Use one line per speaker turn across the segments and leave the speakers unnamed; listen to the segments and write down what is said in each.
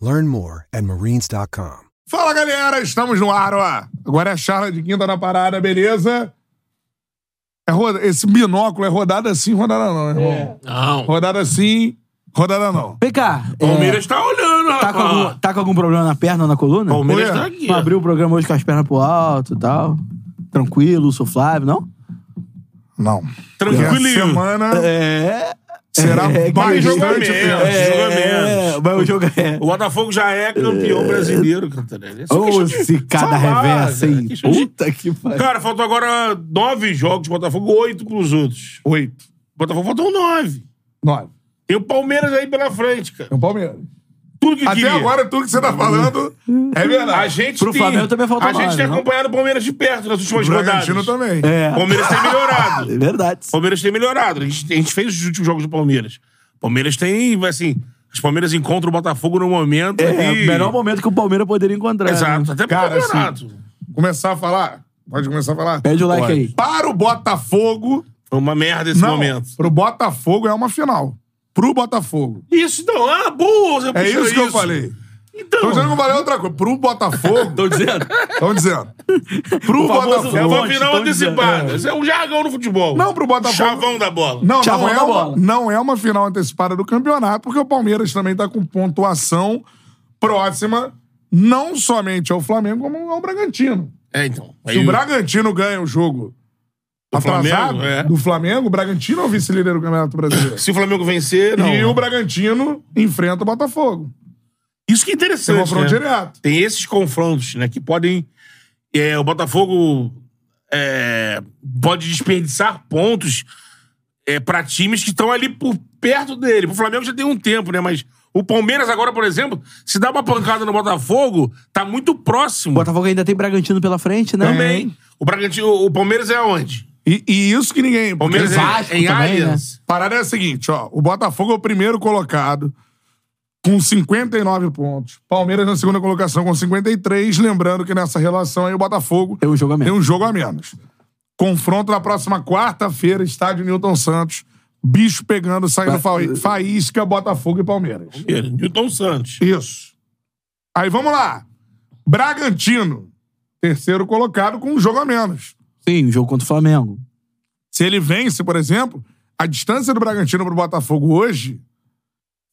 Learn more at marines.com.
Fala galera, estamos no ar, ó. Agora é a Charla de Quinta na Parada, beleza? É roda... Esse binóculo é rodada assim, rodada não, irmão.
É. Não.
Rodada assim, rodada não.
Vem cá.
Palmeiras tá olhando,
é, tá,
rapaz.
com algum, tá com algum problema na perna ou na coluna?
Palmeiras
Ué,
tá aqui.
Não abriu o programa hoje com as pernas pro alto e tal. Tranquilo, sou Flávio, não?
Não.
Tranquilinho.
Essa semana
É.
será
é,
bastante
que jogo
tempo.
menos. Joga
É,
menos.
mas o jogo é.
O Botafogo já é campeão brasileiro, Cantarelli. Isso é
Ô,
questão de
se cada
falar,
reversa,
cara.
hein?
Questão de-
Puta que pariu.
Cara, faltam agora nove jogos de Botafogo, oito pros outros.
Oito.
Botafogo faltam nove.
Nove.
Tem o Palmeiras aí pela frente, cara.
É o Palmeiras.
Tudo que
Até
queria.
agora, tudo que você tá falando é verdade.
A gente
Pro
tem,
Flamengo também falta
A gente
nove,
tem
não?
acompanhado o Palmeiras de perto nas
O
últimas rodadas.
Bragantino também.
É.
O Palmeiras tem melhorado.
É verdade.
O Palmeiras tem melhorado. A gente, a gente fez os últimos jogos do Palmeiras. O Palmeiras tem, assim, os Palmeiras encontram o Botafogo no momento.
É,
ali.
o melhor momento que o Palmeiras poderia encontrar.
Exato,
né?
até é pro
Cara, assim,
campeonato.
Começar a falar? Pode começar a falar?
Pede o like
Pode.
aí.
Para o Botafogo...
Foi uma merda esse
não,
momento.
pro Botafogo é uma final. Pro Botafogo.
Isso não, ah, boa! você
É
puxou
isso, que eu falei.
Então,
Tô dizendo que eu falei outra coisa. Pro Botafogo,
Tô dizendo.
estão dizendo. Pro
famoso
Botafogo.
é uma
Fonte,
final
tão dizendo,
antecipada. Isso é um jargão no futebol.
Não, pro Botafogo.
Chavão da bola.
Não, não
Chavão
é,
da
uma,
bola.
não é uma final antecipada do campeonato, porque o Palmeiras também tá com pontuação próxima, não somente ao Flamengo, como ao Bragantino.
É, então. Aí
Se o Bragantino ganha o jogo atrasado
Flamengo, é.
do Flamengo, o Bragantino é o vice-líder do Campeonato Brasileiro.
se o Flamengo vencer, não.
E o Bragantino enfrenta o Botafogo.
Isso que é
Tem
interessante.
confronto
né?
um direto.
Tem esses confrontos, né, que podem. é, o Botafogo é, pode desperdiçar pontos é, para times que estão ali por perto dele. O Flamengo já tem um tempo, né? Mas o Palmeiras agora, por exemplo, se dá uma pancada no Botafogo, tá muito
O
próximo.
Botafogo ainda tem Bragantino pela frente, né?
Também. O Bragantino, o Palmeiras é onde?
E, e isso que ninguém.
O Palmeiras
porque-
Vasco
é, em
também, né?
Allianz.
Parada é a seguinte, ó. O Botafogo é o primeiro colocado com 59 pontos. Palmeiras na segunda colocação com 53. Lembrando que nessa relação aí o Botafogo
Tem um jogo a menos.
tem um jogo a menos. Confronto na próxima quarta-feira, estádio Newton Santos. Bicho pegando, saindo fa- faísca, Botafogo e Palmeiras.
Newton Santos.
Isso. Aí vamos lá. Bragantino, terceiro colocado com um jogo a menos.
Sim, um jogo contra o Flamengo.
Se ele vence, por exemplo, a distância do Bragantino pro Botafogo hoje.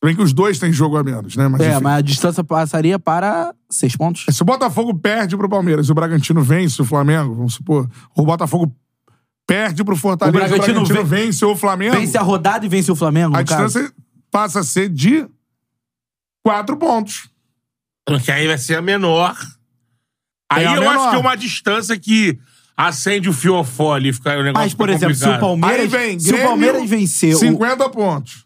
Bem que os dois têm jogo a menos, né? Mas, É,
É,
enfim.
mas a distância passaria para seis pontos.
Se o Botafogo perde pro Palmeiras e o Bragantino vence o Flamengo, vamos supor, ou o Botafogo perde pro Fortaleza
O
e o
Bragantino
Bragantino vence ou o Flamengo,
Vence a rodada e vence o Flamengo,
a
no caso.
distância passa a ser de quatro pontos.
Que aí vai ser a menor. Aí
É a
eu acho
menor.
que é uma distância que acende o fiofó ali, fica o negócio
Mas, por
fica
exemplo, se o
complicado.
Palmeiras,
Aí vem
se o
Grêmio,
Palmeiras vencer o-
50 pontos.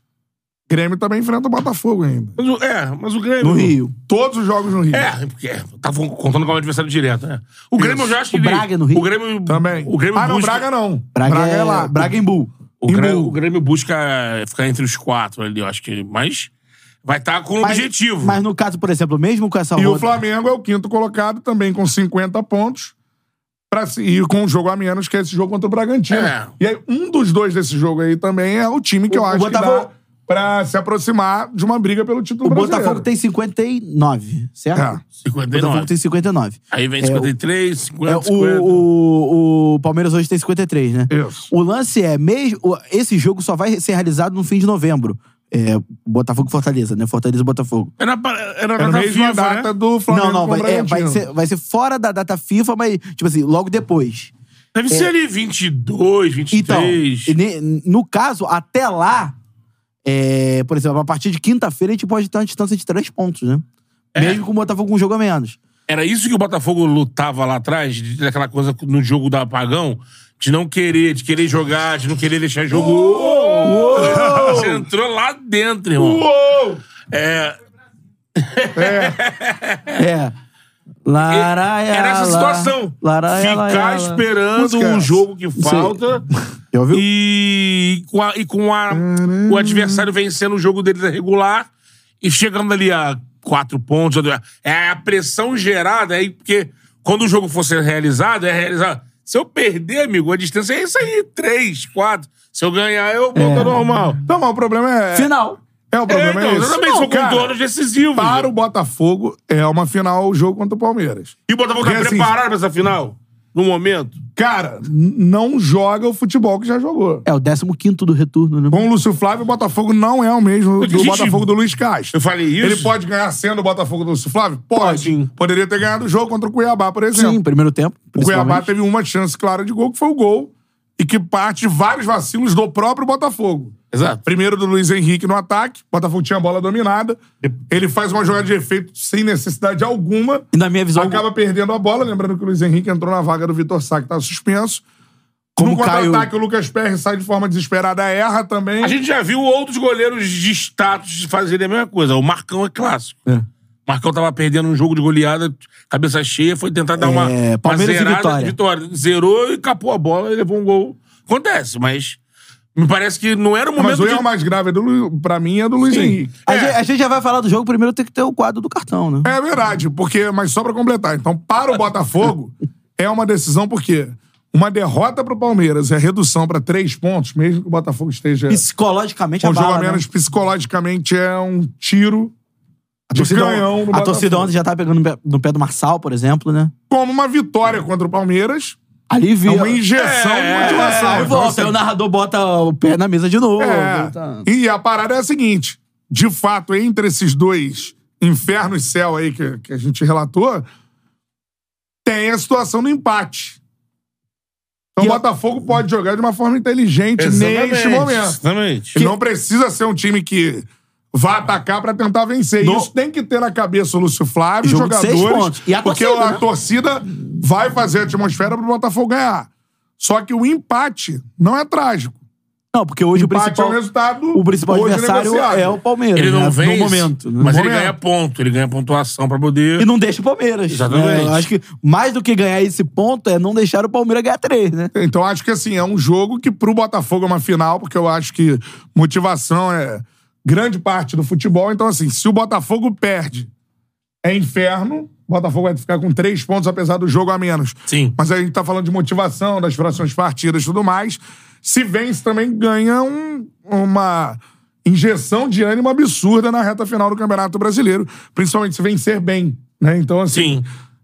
Grêmio também enfrenta o Botafogo ainda.
Mas o- é, mas o Grêmio.
no Rio,
Todos os jogos no Rio.
É, porque é, tava contando como adversário direto, né? O Grêmio eu já acho que.
O Braga no Rio.
O Grêmio.
Também.
O Grêmio
ah, não,
busca.
Braga não.
Braga, é
lá.
Braga em Bull.
o, Grêmio o Grêmio busca ficar entre os quatro ali, eu acho que. Mas vai estar com um
Mas-
objetivo.
Mas no caso, por exemplo, mesmo com essa
E
roda-
o Flamengo é o quinto colocado, também com 50 pontos. Pra, se- e com um jogo a menos, que é esse jogo contra o Bragantino.
É.
E aí, um dos dois desse jogo aí também é o time que eu
O- o
acho que
Botafogo-
dá pra se aproximar de uma briga pelo título
o
brasileiro.
Botafogo tem 59, certo?
É.
O Botafogo
59.
tem 59.
Aí vem
É,
53, 50,
É, o,
50.
o, o Palmeiras hoje tem 53, né?
Isso.
O lance é, mesmo, esse jogo só vai ser realizado no fim de novembro. É, Botafogo e Fortaleza, né? Fortaleza e Botafogo.
Era, pra- era
É
na
na
data
mesma
FIFA, né?
data do Flamengo
tá não, não,
com o
vai, é, vai,
Bragantino.
ser, vai ser fora da data FIFA, mas, tipo assim, logo depois.
Deve ser ali 22,
É. Então,
23.
e ne- no caso, até lá, é, por exemplo, a partir de quinta-feira a gente pode ter uma distância de três pontos, né?
É.
Mesmo com o Botafogo com um jogo a menos.
Era isso que o Botafogo lutava lá atrás, de- daquela coisa no jogo do apagão, de não querer, de querer jogar, de não querer deixar jogo. Você entrou lá dentro, irmão. É,
É.
É,
Laraiala,
era essa situação.
laraiala,
Ficar
ela.
esperando
Música.
um jogo que falta
Já ouviu?
e com, a- e com a- o adversário vencendo o jogo deles regular e chegando ali a quatro pontos. É a pressão gerada aí, porque quando o jogo for ser realizado, é realizado. Se eu perder, amigo, a distância é isso aí: três, quatro. Se eu ganhar, eu volto ao normal.
Não, mas É. o problema é.
Final.
É, o
É,
problema é,
então,
esse.
exatamente,
Não,
são
cara,
contornos decisivos.
Para o Botafogo, é uma final o jogo contra o Palmeiras.
E o Botafogo tá
Porque, assim,
preparado pra essa final? No momento?
Cara, n- não joga o futebol que já jogou.
É o 15 do retorno, né?
Com o Lúcio Flávio, o Botafogo não é o mesmo do
Gente,
Botafogo do Luiz Castro.
Eu falei isso.
Ele pode ganhar sendo o Botafogo do Lúcio Flávio? Pode.
Pode.
Poderia ter ganhado o jogo contra o Cuiabá, por exemplo.
Sim, primeiro tempo.
O Cuiabá
principalmente.
teve uma chance clara de gol, que foi o gol, e que parte de vários vacilos do próprio Botafogo.
Exato.
Primeiro do Luiz Henrique no ataque, o Botafogo tinha a bola dominada, ele faz uma jogada de efeito sem necessidade alguma,
E na minha visão,
acaba perdendo a bola, lembrando que o Luiz Henrique entrou na vaga do Vitor Sá, que estava suspenso.
Como
no
caiu-
contra-ataque, o Lucas Perry sai de forma desesperada, erra também.
A gente já viu outros goleiros de status fazerem a mesma coisa. O Marcão é clássico.
É.
O Marcão tava perdendo um jogo de goleada, cabeça cheia, foi tentar dar uma,
É,
uma
Palmeiras e
zerada.
Vitória.
Zerou e capou a bola e levou um gol. Acontece, mas me parece que não era o
Mas o
momento de...
erro mais grave é do Lu... pra mim é do Luiz Henrique.
a, gente, a gente já vai falar do jogo, primeiro tem que ter o quadro do cartão, né?
É verdade, porque, mas só pra completar, então, para o Botafogo, é uma decisão porque uma derrota pro Palmeiras é redução pra três pontos, mesmo que o Botafogo esteja
Psicologicamente,
com
a
É. um jogo a
bala, né?
menos psicologicamente, é um tiro
A
de
torcida,
canhão no
a torcida
Botafogo.
ontem já tá pegando no pé- no pé do Marçal, por exemplo, né?
Como uma vitória contra o Palmeiras,
Ali
é
viu.
uma injeção de motivação.
Aí
Então,
volta,
assim,
aí o narrador bota o pé na mesa de novo. né, tá.
É.
volta.
E a parada é a seguinte: de fato, entre esses dois inferno e céu aí que, que a gente relatou, tem a situação do empate. Então
E
o
a-
Botafogo pode jogar de uma forma inteligente
Exatamente,
neste momento.
Exatamente.
Não precisa ser um time que vá atacar pra tentar vencer.
No-
Isso tem que ter na cabeça o Lúcio Flávio, os
Jogo de seis
jogadores,
pontos. E a
porque
torcida,
a
né?
torcida vai fazer a atmosfera pro Botafogo ganhar. Só que o empate não é trágico.
Não, porque hoje o
Empate
principal,
é um resultado
o principal
hoje
adversário
negociado.
é o Palmeiras.
Ele
né?
não vence,
No momento. né?
mas
No
ele
momento.
ganha ponto. Ele ganha pontuação pra poder...
E não deixa o Palmeiras.
Exatamente.
né? Eu acho que mais do que ganhar esse ponto é não deixar o Palmeiras ganhar três, né?
Então acho que assim, é um jogo que pro Botafogo é uma final, porque eu acho que motivação é grande parte do futebol. Então assim, se o Botafogo perde, é inferno. O Botafogo vai ficar com três pontos, apesar do jogo a menos.
Sim.
Mas a gente tá falando de motivação, das próximas partidas e tudo mais. Se vence, também ganha um- uma injeção de ânimo absurda na reta final do Campeonato Brasileiro. Principalmente se vencer bem, né? Então assim...
Sim.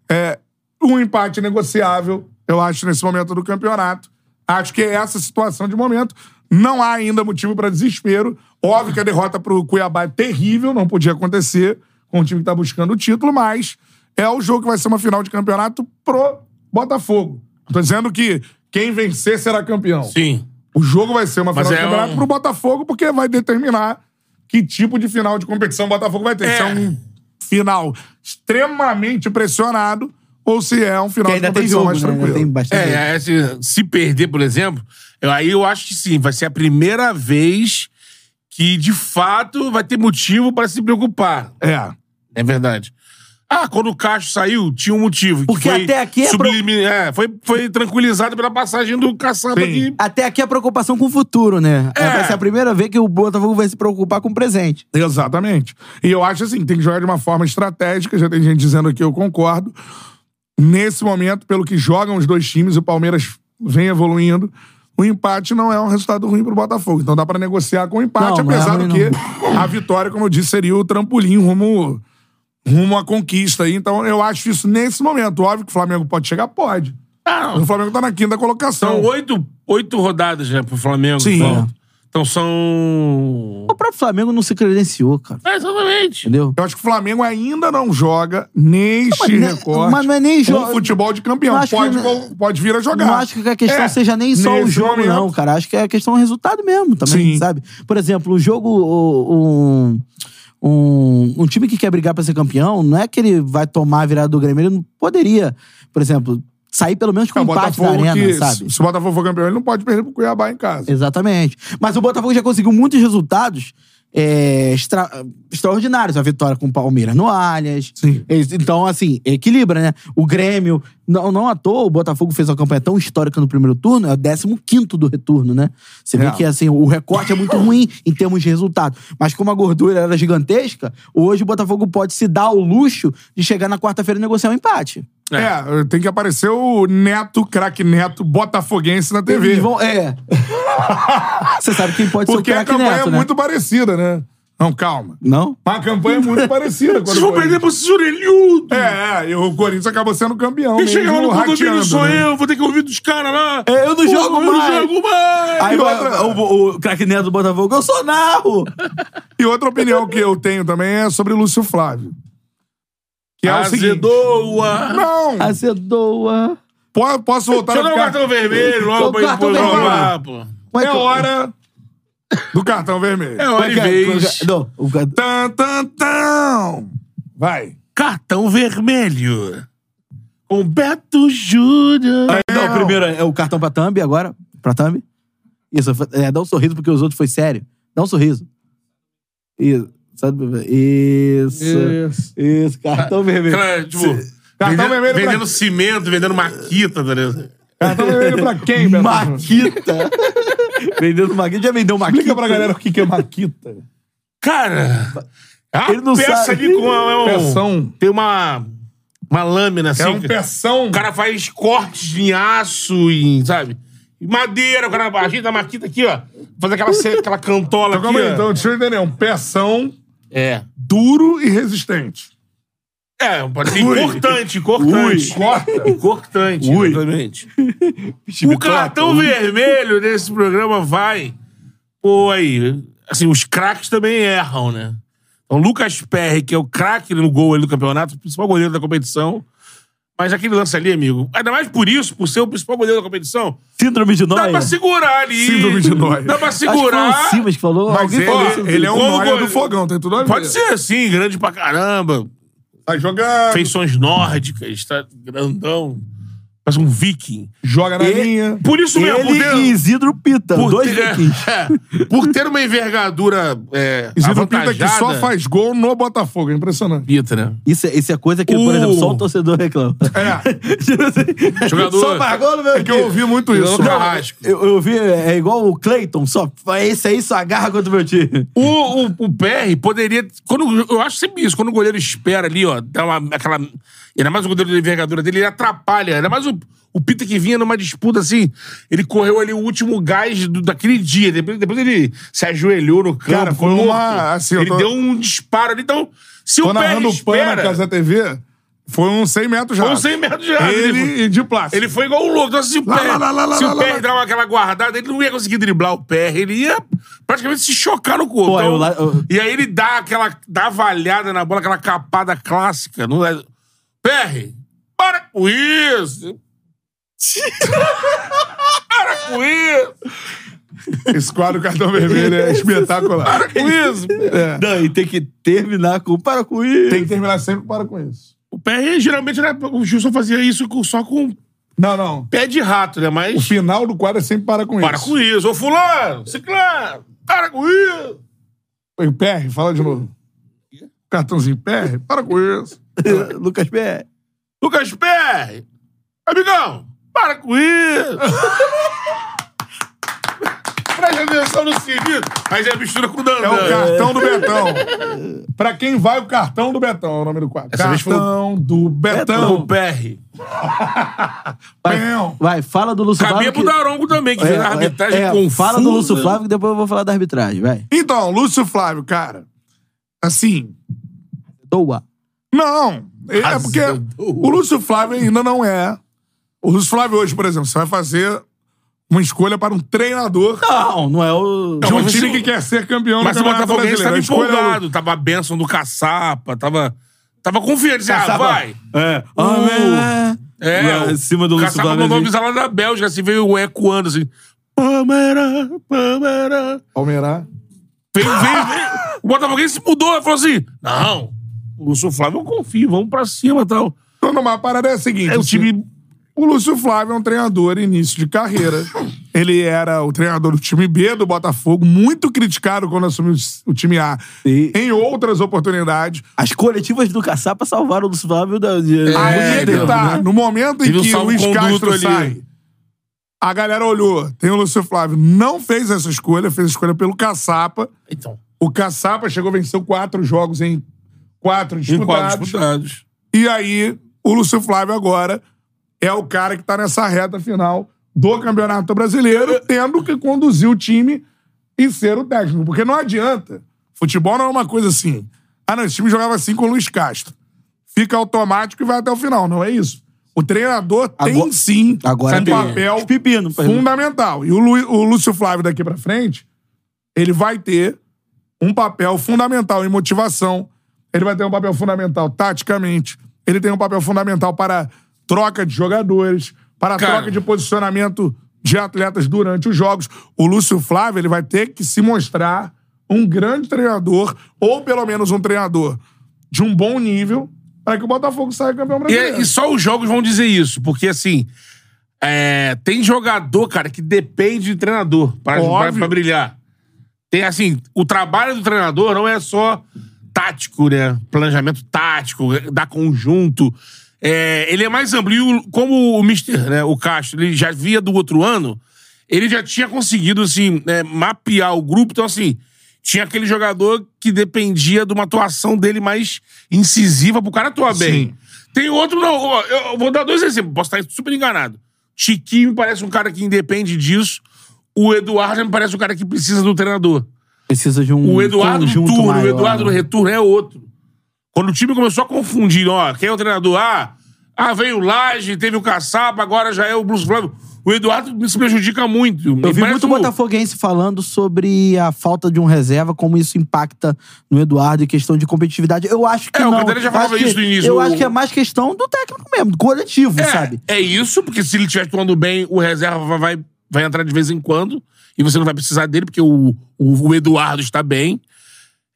É, um empate negociável, eu acho, nesse momento do campeonato. Acho que é essa a situação de momento. Não há ainda motivo para desespero. Óbvio que a derrota para o Cuiabá é terrível, não podia acontecer com o time que está buscando o título, mas é o jogo que vai ser uma final de campeonato pro Botafogo. Tô dizendo que quem vencer será campeão.
Sim.
O jogo vai ser uma
Mas
final de
é
campeonato
um-
pro Botafogo, porque vai determinar que tipo de final de competição o Botafogo vai ter.
É.
Se é um final extremamente pressionado ou se é um final
Porque
de
ainda tem
competição
jogo,
mais
né? Ainda
tranquilo.
tem bastante jogo.
É, é, se, se perder, por exemplo, eu- aí eu acho que sim, vai ser a primeira vez que, de fato, vai ter motivo para se preocupar.
É.
É verdade. Ah, quando o Castro saiu, tinha um motivo. que
Porque
foi
até aqui é pro-
sublimi- é, foi, foi tranquilizado pela passagem do caçamba
Sim.
aqui.
Até aqui a preocupação com o futuro, né?
É.
Vai ser a primeira vez que o Botafogo vai se preocupar com o presente.
Exatamente. E eu acho assim, tem que jogar de uma forma estratégica, já tem gente dizendo aqui, eu concordo. Nesse momento, pelo que jogam os dois times, o Palmeiras vem evoluindo. O empate não é um resultado ruim pro Botafogo. Então dá pra negociar com o empate,
Não, não é
apesar
ruim,
do que a vitória, como eu disse, seria o trampolim rumo, rumo à conquista. aí. Então eu acho isso nesse momento. Óbvio que o Flamengo pode chegar? Pode.
Ah, Então,
O Flamengo tá na quinta colocação.
são oito, oito rodadas já pro Flamengo.
Sim.
Então, Então são.
O próprio Flamengo não se credenciou, cara.
É, exatamente.
Entendeu?
Eu acho que o Flamengo ainda não joga neste
Mas, né,
recorte
mas não é nem
um
jogo.
futebol de campeão.
Não acho
Pode,
que-
vol- pode vir a jogar.
Não acho que a questão
É,
seja nem só o
nesse
jogo,
momento.
não, cara. Acho que a questão é o resultado mesmo também,
Sim.
sabe? Por exemplo, um jogo. o- Um, um, um time que quer brigar pra ser campeão, não é que ele vai tomar a virada do Grêmio. Ele não poderia, por exemplo, sair pelo menos com
É,
um
o
empate da
Botafogo
arena,
que,
sabe?
Se o Botafogo for campeão, ele não pode perder pro Cuiabá em casa.
Exatamente. Mas o Botafogo já conseguiu muitos resultados é, extra- extraordinários. A vitória com o Palmeiras no Allianz. Eles- Então, assim, equilibra, né? O Grêmio, não, não à toa, o Botafogo fez uma campanha tão histórica no primeiro turno, é o 15 do retorno, né? Você vê
É.
que, assim, o recorte é muito ruim em termos de resultado. Mas como a gordura era gigantesca, hoje o Botafogo pode se dar o luxo de chegar na quarta-feira e negociar um empate.
É. tem que aparecer o Neto, craque Neto, botafoguense na TV.
Eles vão- é. Você sabe quem pode
Porque
ser
a
o craque
campanha
neto,
é
né?
muito parecida, né? Não, calma.
Não?
Mas a campanha é muito parecida. quando
Vocês vão
foi.
perder pra esses orelhudos.
É, é, e o Corinthians acabou sendo campeão.
Quem
mesmo,
chega lá no condomínio
rateando,
sou
né?
eu, vou ter que ouvir dos caras lá.
É, eu não
Pô,
jogo
Eu
mais.
não jogo mais.
Aí
E
vai-
outra-
o, o craque neto do Botafogo, eu sou narro!
E outra opinião que eu tenho também é sobre o Lúcio Flávio. Que é o seguinte.
Azedoa.
Não! tá
Acedoa.
po- Posso voltar
Deixa eu dar um
a ficar...
cartão vermelho logo
Dá um
pra ele
cartão
pôr
vermelho.
lá, pô.
É hora do cartão vermelho.
É hora de vez.
Não, o ca-
Tan, tan, tan. Vai.
Cartão vermelho. Com Beto Júnior.
não, o primeiro é o cartão pra Thumb agora. Pra Thumb. Isso, é, dá um sorriso porque os outros foi sério. Dá um sorriso. Isso. sabe? Isso. Isso. cartão vermelho.
Aquela, tipo,
Cartão
vendendo,
vermelho pra-
vendendo cimento, vendendo maquita, tá ligado?
Cartão vermelho pra quem, Beto?
Maquita. Vendendo maquita. Já vendeu maquita?
Explica pra galera o que que é maquita.
Cara, a
Ele não
peça
sabe.
ali com a, é um-
Peção.
tem uma, uma lâmina assim.
É um
que-
peção.
O cara faz cortes em aço, em, sabe? Em madeira, o cara ajeita a maquita aqui, ó. Faz aquela, ce- aquela cantola
Então,
aqui.
calma aí,
ó.
então, deixa eu entender. É um peção
É.
duro e resistente.
É, pode ser
Ui.
importante, importante.
Corta.
Importante,
Ui.
exatamente. O cartão vermelho desse programa vai. Pô, aí. Assim, os craques também erram, né? Então, Lucas Perry, que é o craque no gol ali do campeonato, o principal goleiro da competição. Mas aquele lance ali, amigo, ainda mais por isso, por ser o principal goleiro da competição,
Síndrome de
dá
Noia.
pra segurar ali.
Síndrome de Noia.
Dá pra
Acho que foi
segurar.
o Simas que falou.
Mas
alguém
ele,
falou
isso.
ele, é um
Como
nóia do
goleiro.
fogão, tem tudo a ver. Tá
Pode ser assim, grande pra caramba.
Vai jogar,
Feições nórdicas, tá grandão. Parece um viking.
joga na
Ele-
linha.
Por isso mesmo, por
Ele
ter-
e Isidro Pita,
por
dois
ter,
vikings.
é, por ter uma envergadura é,
Isidro
avantajada...
Pinto que só faz gol no Botafogo. É impressionante.
Pita, né?
Isso, é- isso é coisa que, por
O-
exemplo, só o torcedor reclama. Tipo assim,
É.
Jogador-
Só marcou no meu
É que eu
time.
ouvi muito isso.
Jogando carrasco.
Eu, eu vi, é igual o Clayton, só esse aí só agarra contra o meu time.
O, o, o PR poderia... Quando, eu acho sempre isso. Quando o goleiro espera ali, ó, dá uma, aquela... Ainda mais o goleiro da envergadura dele, ele atrapalha. Ainda mais o, o Pita que vinha numa disputa, assim, ele correu ali o último gás do- daquele dia. Depois, depois ele se ajoelhou no campo.
Cara, foi
morto.
uma- assim, eu
ele
tô-
deu um disparo ali. Então, se
Tô
o PR
narrando o PAN na
espera...
Casa TV. Foi uns 100 metros já.
Foi uns 100 metros já.
Ele e de plástico.
Ele foi igual um louco. Então, se o PR,
Lá, lá, lá, lá,
se
lá,
o
lá,
PR
lá.
dava aquela guardada, ele não ia conseguir driblar o PR, ele ia praticamente se chocar no corpo.
Pô,
Então,
eu lá- eu-
E aí ele dá aquela dá a valhada na bola, aquela capada clássica. Não é... PR, para com isso! para com isso!
Esse quadro cartão vermelho é espetacular.
Com isso!
É.
Não, e tem que terminar com. Para com isso.
Tem que terminar sempre para com isso.
O PR geralmente era, o Gilson fazia isso com- só com
Não, não.
pé de rato, né? Mas.
O final do quadro é sempre para com
Para
isso.
com isso. Ô, fulano, ciclano, para com isso.
com isso. PR, fala de novo. Cartãozinho PR, para com isso.
Lucas Pé.
Lucas Perry, amigão, para com isso. Presta atenção no seguinte. Aí já mistura com o Dandan.
É o cartão do Betão. Pra quem vai, o cartão do Betão é o nome do quadro.
Essa vez foi o-
cartão do Betão.
O Perry.
Vai,
Pão.
vai, fala do Lúcio
Cabia
Flávio.
pro
que-
Daronco também, que fez a arbitragem
é,
confusa.
Fala do Lúcio Flávio que depois eu vou falar da arbitragem, vai.
Então, Lúcio Flávio, cara. Assim,
Doa.
Não. É
Razão
porque
do-
o Lúcio Flávio ainda não é. O Lúcio Flávio hoje, por exemplo, você vai fazer uma escolha para um treinador
Não, não é o.
de um
mas
time
se-
que quer ser campeão
Mas
do
o
Campeonato Brasileiro.
Botafoguense tava
A escolha é do-
empolgado. Tava a bênção do Caçapa, tava... Tava confiante. disse, Ah,
Caçapa.
vai.
É.
Ah,
É,
Lá
o
em cima do Lúcio
Caçapa
Flávio,
mandou um
assim.
bizarro lá da Bélgica, assim, veio o ecoando, assim... Palmeira, Palmeira...
Palmeiras.
Veio, veio, veio. O Botafoguense mudou, falou assim: não, o Lúcio Flávio eu confio, vamos pra cima e tal.
Então, numa parada é a seguinte:
É, o
o
time-
O Lúcio Flávio é um treinador início de carreira. Ele era o treinador do time B do Botafogo, muito criticado quando assumiu o time A
Sim.
em outras oportunidades.
As coletivas do Caçapa salvaram o Lúcio Flávio da. de-
Ah,
Aí é que
Deus,
tá.
né?
No momento em
então, Teve um
que o Luiz
salvo-conduto
Castro
ali.
sai, a galera olhou. Tem o Lúcio Flávio. Não fez essa escolha, fez a escolha pelo Caçapa.
Então,
O Caçapa chegou a vencer quatro jogos em quatro
em quatro
disputados.
disputados.
E aí, o Lúcio Flávio agora é o cara que tá nessa reta final do Campeonato Brasileiro, tendo que conduzir o time e ser o técnico. Porque não adianta. Futebol não é uma coisa assim. Ah, não, esse time jogava assim com o Luiz Castro. Fica automático e vai até o final. Não é isso. O treinador tem
Agora-
sim
agora é
um
tem.
papel
Os pepino, por exemplo.
fundamental. E o, Lu- o Lúcio Flávio daqui pra frente, ele vai ter um papel fundamental em motivação, ele vai ter um papel fundamental taticamente, ele tem um papel fundamental para troca de jogadores, para
Cara.
troca de posicionamento de atletas durante os jogos. O Lúcio Flávio, ele vai ter que se mostrar um grande treinador, ou pelo menos um treinador de um bom nível, para que o Botafogo saia campeão
E, é
brasileiro.
e só os jogos vão dizer isso, porque assim, é, tem jogador, cara, que depende de treinador pra, pra,
Óbvio.
pra brilhar. Tem assim, o trabalho do treinador não é só tático, né? Planejamento tático, dar conjunto. É, ele é mais amplo. E o- como o Mister, né, o Castro, ele já via do outro ano, ele já tinha conseguido, assim, né, mapear o grupo. Então, assim, tinha aquele jogador que dependia de uma atuação dele mais incisiva pro cara atuar bem. Tem outro, não. ó, Eu vou dar dois exemplos, posso estar super enganado. Tiquinho me parece um cara que independe disso. O Eduardo me parece um cara que precisa do treinador.
Precisa de um.
O Eduardo no
conjunto
turno,
maior,
o Eduardo no
né?
retorno é outro. Quando o time começou a confundir, ó, quem é o treinador? Ah, ah veio o Laje, teve o Caçapa, agora já é o Bruce Flávio. O Eduardo se prejudica muito. um
Eu vi muito botafoguense falando sobre a falta de um reserva, como isso impacta no Eduardo em questão de competitividade. Eu acho que
É, o
não.
Cantarelli já
Eu
falava
acho que-
isso no início.
Eu
O-
acho que é mais questão do técnico mesmo, do coletivo,
É,
sabe?
é isso, porque se ele estiver atuando bem, o reserva vai, vai entrar de vez em quando. E você não vai precisar dele, porque o, o, o Eduardo está bem.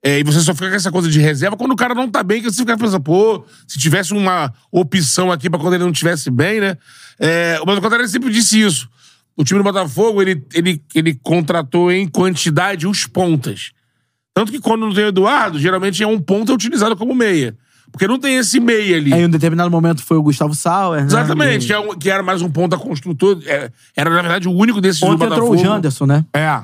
É, e você só fica com essa coisa de reserva quando o cara não tá bem, que você fica pensando, pô, se tivesse uma opção aqui pra quando ele não estivesse bem, né? É, mas o Cantarelli sempre disse isso. O time do Botafogo, ele, ele, ele contratou em quantidade os pontas. Tanto que quando não tem o Eduardo, geralmente é um ponta utilizado como meia. Porque não tem esse meia ali.
Aí, em um determinado momento foi o Gustavo Sauer. né?
Exatamente, que, é um- que era mais um ponta construtor. é, era, na verdade, o único desses do
Ontem entrou
Botafogo.
o Janderson, né?
É,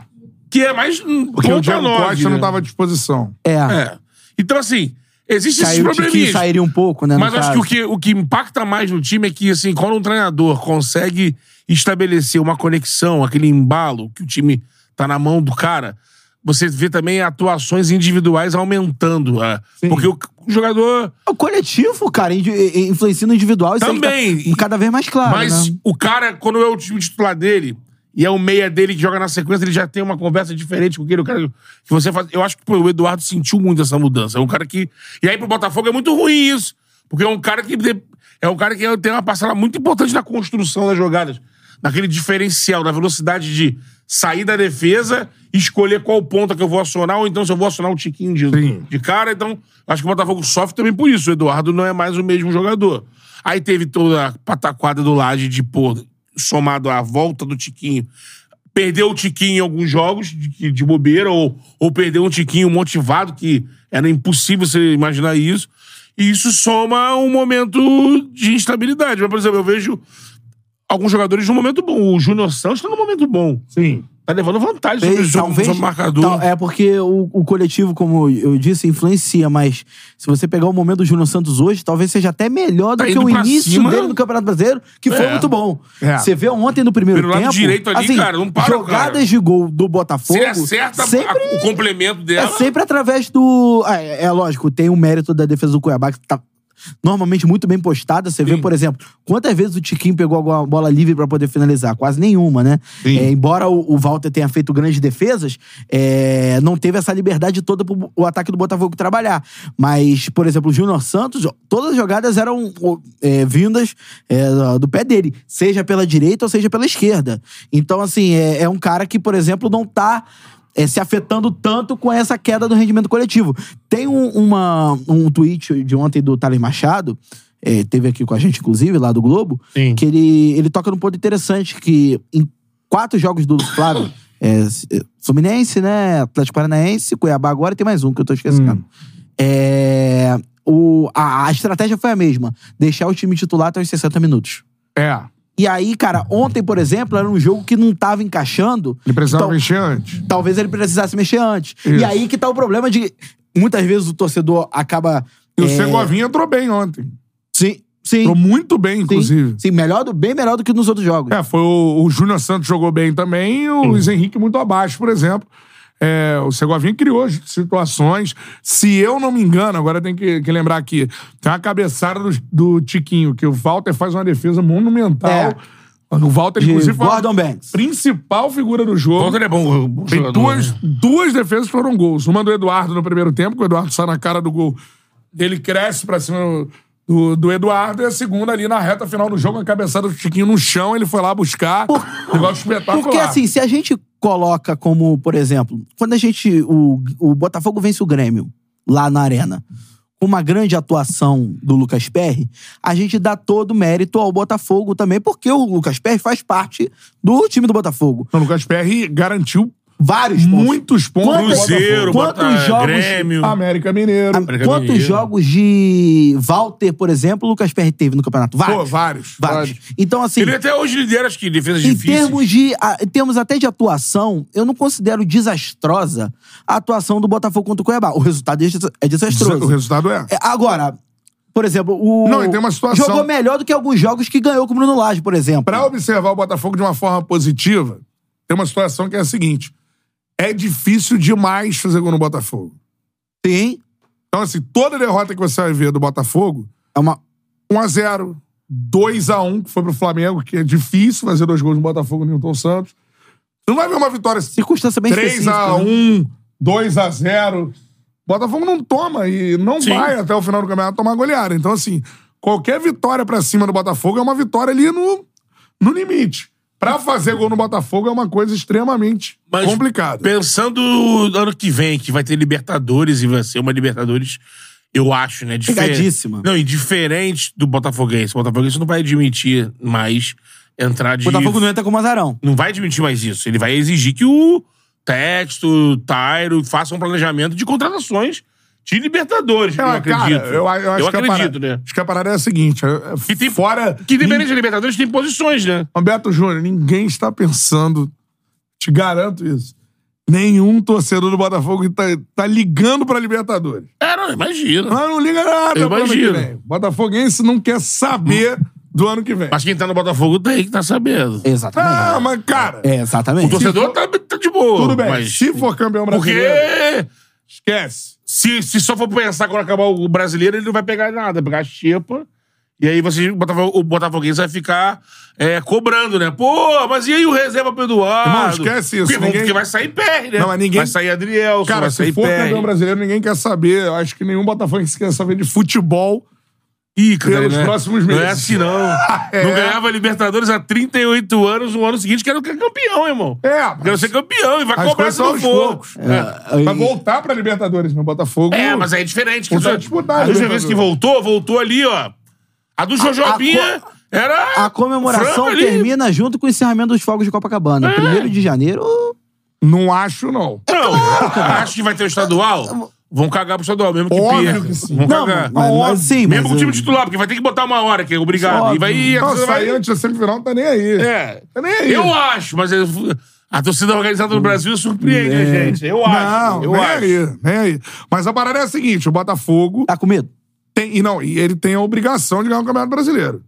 Que é mais um
porque o
ponta
Diego
nove,
Costa não
né?
estava à disposição.
É.
É. Então, assim, existem esses
Caiu o Tiquinho,
probleminhas.
sairia um pouco, né? no
Mas acho que
caso.
o, que o que impacta mais no time é que, assim, quando um treinador consegue estabelecer uma conexão, aquele embalo que o time tá na mão do cara, você vê também atuações individuais aumentando. é. Porque o, o jogador.
É O coletivo, cara, indi- eh, influencia no individual. Isso aí
Também.
tá cada vez mais claro,
Mas
né?
o cara, quando é o time titular dele e é o meia dele que joga na sequência, ele já tem uma conversa diferente com aquele cara que você faz. Eu acho que pô, o Eduardo sentiu muito essa mudança. É um cara que. E aí pro Botafogo é muito ruim isso. Porque é um cara que. de- É um cara que tem uma parcela muito importante na construção das jogadas. Naquele diferencial, na velocidade de sair da defesa, escolher qual ponta que eu vou acionar, ou então se eu vou acionar o Tiquinho de, de cara. Então, acho que o Botafogo sofre também por isso. O Eduardo não é mais o mesmo jogador. Aí teve toda a pataquada do Laje de, pô, somado à volta do Tiquinho. Perdeu o Tiquinho em alguns jogos de, de bobeira, ou, ou perdeu um Tiquinho motivado, que era impossível você imaginar isso. E isso soma um momento de instabilidade. Mas, por exemplo, eu vejo alguns jogadores num momento bom. O Júnior Santos tá num momento bom. Sim. Tá levando vantagem sobre,
Talvez-
o sobre o marcador.
tal- é porque o, o coletivo, como eu disse, influencia, mas se você pegar o momento do Júnior Santos hoje, talvez seja até melhor do
Tá
que
indo
o
pra
início
cima.
dele no Campeonato Brasileiro, que foi
É.
muito bom.
É.
Você vê ontem no primeiro
Pelo lado
tempo,
direito ali,
assim,
cara, não para,
jogadas
cara.
de gol do
Se
Botafogo,
ele acerta a-
sempre
o complemento
É
dela.
sempre através do. Ah, É, é lógico, tem o mérito da defesa do Cuiabá, que tá normalmente muito bem postada. Você vê, por exemplo, quantas vezes o Tiquinho pegou alguma bola livre pra poder finalizar? Quase nenhuma, né? É, embora o, o Walter tenha feito grandes defesas, é, não teve essa liberdade toda pro o ataque do Botafogo trabalhar. Mas, por exemplo, o Júnior Santos, todas as jogadas eram o, é, vindas é, do- do pé dele, seja pela direita ou seja pela esquerda. Então, assim, é, é um cara que, por exemplo, não tá é, se afetando tanto com essa queda do rendimento coletivo. Tem um, uma- um tweet de ontem do Thales Machado, é, teve aqui com a gente, inclusive, lá do Globo,
Sim.
que ele, ele toca num ponto interessante, que em quatro jogos do Flávio, é, é, Fluminense, né, Atlético Paranaense, Cuiabá agora, e tem mais um que eu tô esquecendo. É, o, a, a estratégia foi a mesma, deixar o time titular até os 60 minutos.
É.
E aí, cara, ontem, por exemplo, era um jogo que não tava encaixando.
Ele precisava
Então,
mexer antes.
Talvez ele precisasse mexer antes. E
Isso.
aí que tá o problema de. Muitas vezes o torcedor acaba.
E o
é,
Segovinha entrou bem ontem.
Sim, sim.
Entrou muito bem,
Sim,
inclusive.
sim, melhor do, bem melhor do que nos outros jogos.
É, foi o, o Júnior Santos jogou bem também, e o Luiz Henrique muito abaixo, por exemplo. É, o Segovinha criou as situações. Se eu não me engano, agora tem que, que lembrar aqui: tem uma cabeçada do, do Tiquinho, que o Walter faz uma defesa monumental.
É.
O Walter,
De
inclusive, foi
Tipo, Gordon
a
Banks.
principal figura do jogo.
Walter é bom. bom
Tem
jogador,
duas,
né?
duas defesas que foram gols. Uma do Eduardo no primeiro tempo, que o Eduardo sai na cara do gol. Ele cresce pra cima do, do, do Eduardo. E a segunda ali na reta final do jogo, a cabeçada do Chiquinho no chão. Ele foi lá buscar. Igual espetacular.
Porque assim, se a gente coloca como, por exemplo, quando a gente. O, o Botafogo vence o Grêmio lá na Arena, com uma grande atuação do Lucas Perry, a gente dá todo o mérito ao Botafogo também, porque o Lucas Perry faz parte do time do Botafogo.
O Lucas Perry garantiu
Vários pontos.
muitos pontos. ao
Quantos-
Botafogo.
Cruzeiro,
Quantos
Bota-
jogos-
Grêmio.
América Mineiro.
América
Ah, Quantos
Mineiro.
jogos de Walter, por exemplo, o Lucas Perry teve no campeonato? Vários.
Pô, vários.
vários.
vários. é
Então, assim.
Ele até hoje lidera, acho que, defesas
Em
difíceis.
termos, de, a- em termos até de atuação, eu não considero desastrosa a atuação do Botafogo contra o Cuiabá. O resultado é des- é
O
desastroso.
resultado é.
É, Agora, por exemplo, o.
Não, e tem uma situação-
Jogou melhor do que alguns jogos que ganhou com o Bruno Lage, por exemplo.
Pra observar o Botafogo de uma forma positiva, tem uma situação que é a seguinte: é difícil demais fazer gol no Botafogo.
Sim.
Então, assim, toda derrota que você vai ver do Botafogo,
É uma.
1x0, 2x1, que foi pro Flamengo, que é difícil fazer dois gols no Botafogo no Newton Santos. Você não vai ver uma vitória assim,
Circunstância bem específica. né?
3x1, 2x0. Botafogo não toma e não
Sim.
vai até o final do campeonato tomar goleada. Então, assim, qualquer vitória pra cima do Botafogo é uma vitória ali no, no limite. Pra fazer gol no Botafogo é uma coisa extremamente
Mas
complicada.
Pensando no ano que vem, que vai ter Libertadores e vai ser uma Libertadores, eu acho, né? difer-
Pegadíssima.
Não, e diferente do Botafoguense. O Botafoguense não vai admitir mais entrar de.
O Botafogo
é-
não entra com o Mazarão.
não vai admitir mais isso. Ele vai exigir que o Texto, o Tairo façam um planejamento de contratações de Libertadores. eu
É,
acredito.
cara, eu, a- eu acho que a
acredito,
parada,
né?
Acho que a parada é a seguinte: é- é
Que tem-
fora.
Que diferente da Libertadores tem posições, né?
Roberto Júnior, ninguém está pensando. Te garanto isso. Nenhum torcedor do Botafogo tá, tá ligando pra Libertadores.
É, não, imagina.
Mas não liga nada
Eu
pro ano que
imagino.
vem. Botafoguense não quer saber do ano que vem.
Mas quem tá no Botafogo tem que tá sabendo.
Exatamente.
Ah, mas cara,
É, exatamente.
O torcedor tá, tá de boa.
tudo bem.
Mas
Se for campeão
Porque
brasileiro, esquece.
se, se só for pensar quando acabar o brasileiro, ele não vai pegar nada, pegar a xepa. E aí você, o Botafo- o Botafoguense vai ficar é, cobrando, né? Pô, mas e aí o reserva pro Eduardo?
Irmão, esquece isso,
Porque, vão-
ninguém-
porque vai sair PR, né?
Não, mas ninguém-
Vai sair Adrielson,
Cara,
vai
se
sair
for campeão
PR.
brasileiro, ninguém quer saber. Eu acho que nenhum Botafoguense quer saber de futebol.
Ih, cara,
pelos
né?
próximos
Não é
meses.
assim, não.
É.
Não ganhava Libertadores há 38 anos, no ano seguinte, quero ser campeão, irmão.
É,
Quero
mas-
ser campeão e vai
As
cobrar
coisas
se
são
não
aos
for.
poucos.
É.
Vai voltar pra Libertadores, meu Botafogo.
É, mas aí é diferente. Que
Voltou
só-
a disputar,
a última
Libertadores.
vez que voltou, voltou ali, ó. A do Jojobinha era.
A comemoração
frango ali.
termina junto com o encerramento dos fogos de Copacabana.
É.
1 de janeiro. uh,
Não acho, não.
Não, Ah, acho que vai ter o estadual. Vão cagar pro estadual, mesmo que
Óbvio
perca.
que sim.
Vão
Não,
cagar.
mas- mas-
óbvio.
sim,
É. mesmo
mas,
com o time
eh,
titular, porque vai ter que botar uma hora, que é obrigado.
Óbvio.
E vai. e a
Nossa,
torcida vai-
aí antes da semifinal não tá nem aí.
É.
Tá nem aí.
Eu acho, mas eu- a torcida organizada do Brasil surpreende, né, gente? Eu acho.
Não,
eu
nem
acho.
aí, nem aí. Mas a parada é a seguinte: o Botafogo
Tá com medo?
tem. E não, e ele tem a obrigação de ganhar o Campeonato Brasileiro.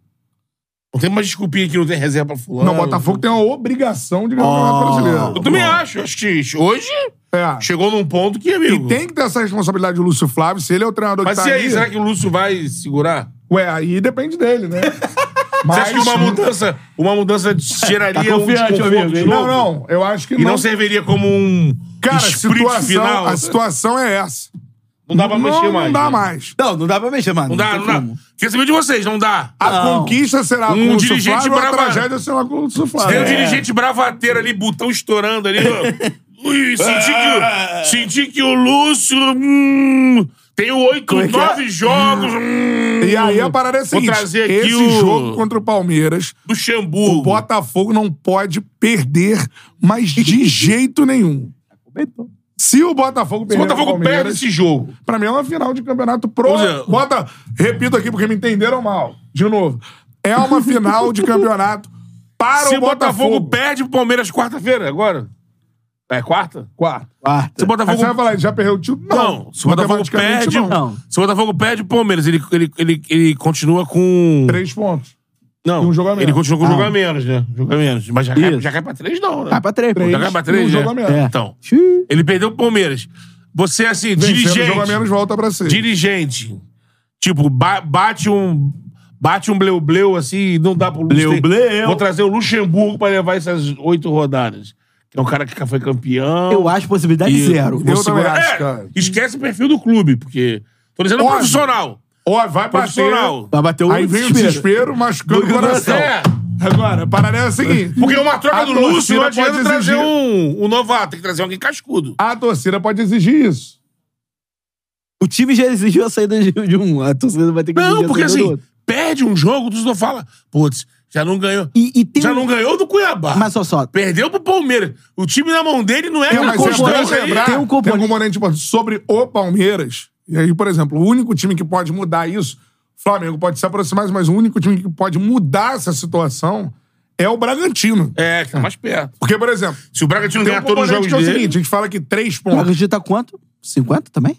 Não tem uma desculpinha que não tem reserva pra fulano.
Não, o Botafogo tem a obrigação de ganhar o Campeonato
Oh.
Brasileiro.
Eu também acho. Acho que hoje
É.
Chegou num ponto que, amigo.
E tem que ter essa responsabilidade do Lúcio Flávio, se ele é o treinador
Mas
que
se
tá
aí,
ali-
será que o Lúcio vai segurar?
Ué, aí depende dele, né?
Você acha que uma mudança, uma mudança tiraria
Tá
um
confiante,
desconforto
amigo,
de
hein?
novo?
Não, não, eu acho que
E
não.
não serviria como um
Cara, a
split
situação,
final?
a situação é essa.
Não dá pra
não,
mexer mais.
Não dá
né?
mais.
Não, não dá pra mexer, mano.
Não dá,
tem
não dá.
como.
Quer saber de vocês, não dá.
A
Não.
conquista será
Um
com o Lúcio
dirigente
Flávio, a
brava-
tragédia será com o Lúcio Flávio.
Tem
É.
um dirigente bravateiro ali, botão estourando ali. ó. Ui, senti,
Ah.
que, o- senti que o Lúcio. hum, tem oito,
é que é?
nove jogos. hum,
E aí a parada é a
Vou
seguinte,
trazer aqui
esse
o-
jogo contra o Palmeiras,
do Xambu.
o Botafogo não pode perder, mas de jeito nenhum. Se o Botafogo
Se o
perder pro
Botafogo perde
Palmeiras,
esse jogo.
pra mim é uma final de campeonato pro...
Ou seja,
Bota, repito aqui porque me entenderam mal, de novo. É uma final de campeonato para
Se
o
o Botafogo,
Botafogo.
perde pro Palmeiras quarta-feira, agora. É quarta?
Quarto.
Se o
Quarta.
Aí
Botafogo.
você vai falar, já perdeu o título? Não.
Não, se o Botafogo
Matematicamente,
perde. um-
não.
não.
Se o Botafogo perde o Palmeiras, ele, ele, ele, ele continua com.
Três pontos.
Não,
e um jogo a
ele
menos.
continua com um
Ah.
jogo a menos, né? Jogo a menos. Mas já cai,
Isso.
já cai pra três, não, né?
Vai pra três, pô.
Já cai pra
e
três,
um
né?
jogo a menos.
É.
Então,
Xiii.
ele perdeu o Palmeiras. Você, assim,
Vencendo o
dirigente.
jogo a menos, volta pra seis.
Dirigente. Tipo, ba- bate um. Bate um bleu-bleu assim e não dá pro Lúcio.
Bleu,
Tem-
bleu.
Vou trazer o Luxemburgo pra levar essas oito rodadas. Que é um cara que foi campeão.
Eu acho possibilidade
Então, E-
zero.
Eu também
É,
acho, cara.
esquece o perfil do clube, porque. Tô dizendo
Óbvio.
profissional.
Ó, vai
Profissional.
Vai bater o
Aí vem o desespero, machucando o
Do- do-
coração.
É.
Agora, a parada é a seguinte.
Porque uma troca
A
do Lúcio não
torcida
adianta
pode
trazer
exigir-
um, um novato, tem que trazer alguém cascudo.
Ah,
A torcida pode exigir isso.
O time já exigiu a saída de, de um. A torcida vai ter que
Não,
exigir a
porque
saída do
assim,
outro.
perde um jogo, tu não fala, putz, já não ganhou.
E, e tem
Já
um-
não ganhou do Cuiabá.
Mas só, só.
Perdeu pro Palmeiras. O time na mão dele não é
Tem,
uma
mas é bom
constância. aí.
lembrar,
tem
tem
um
um
componente-
componente importante sobre o Palmeiras. E aí, por exemplo, o único time que pode mudar isso, Flamengo pode se aproximar, mas o único time que pode mudar essa situação é o Bragantino.
É, que tá mais perto.
Porque, por exemplo,
Se o Bragantino
tem
ganhar
um
todos os
componente
jogos
que é o
dele...
seguinte, a gente fala que três
O
pontos.
Bragantino tá quanto? 50 também?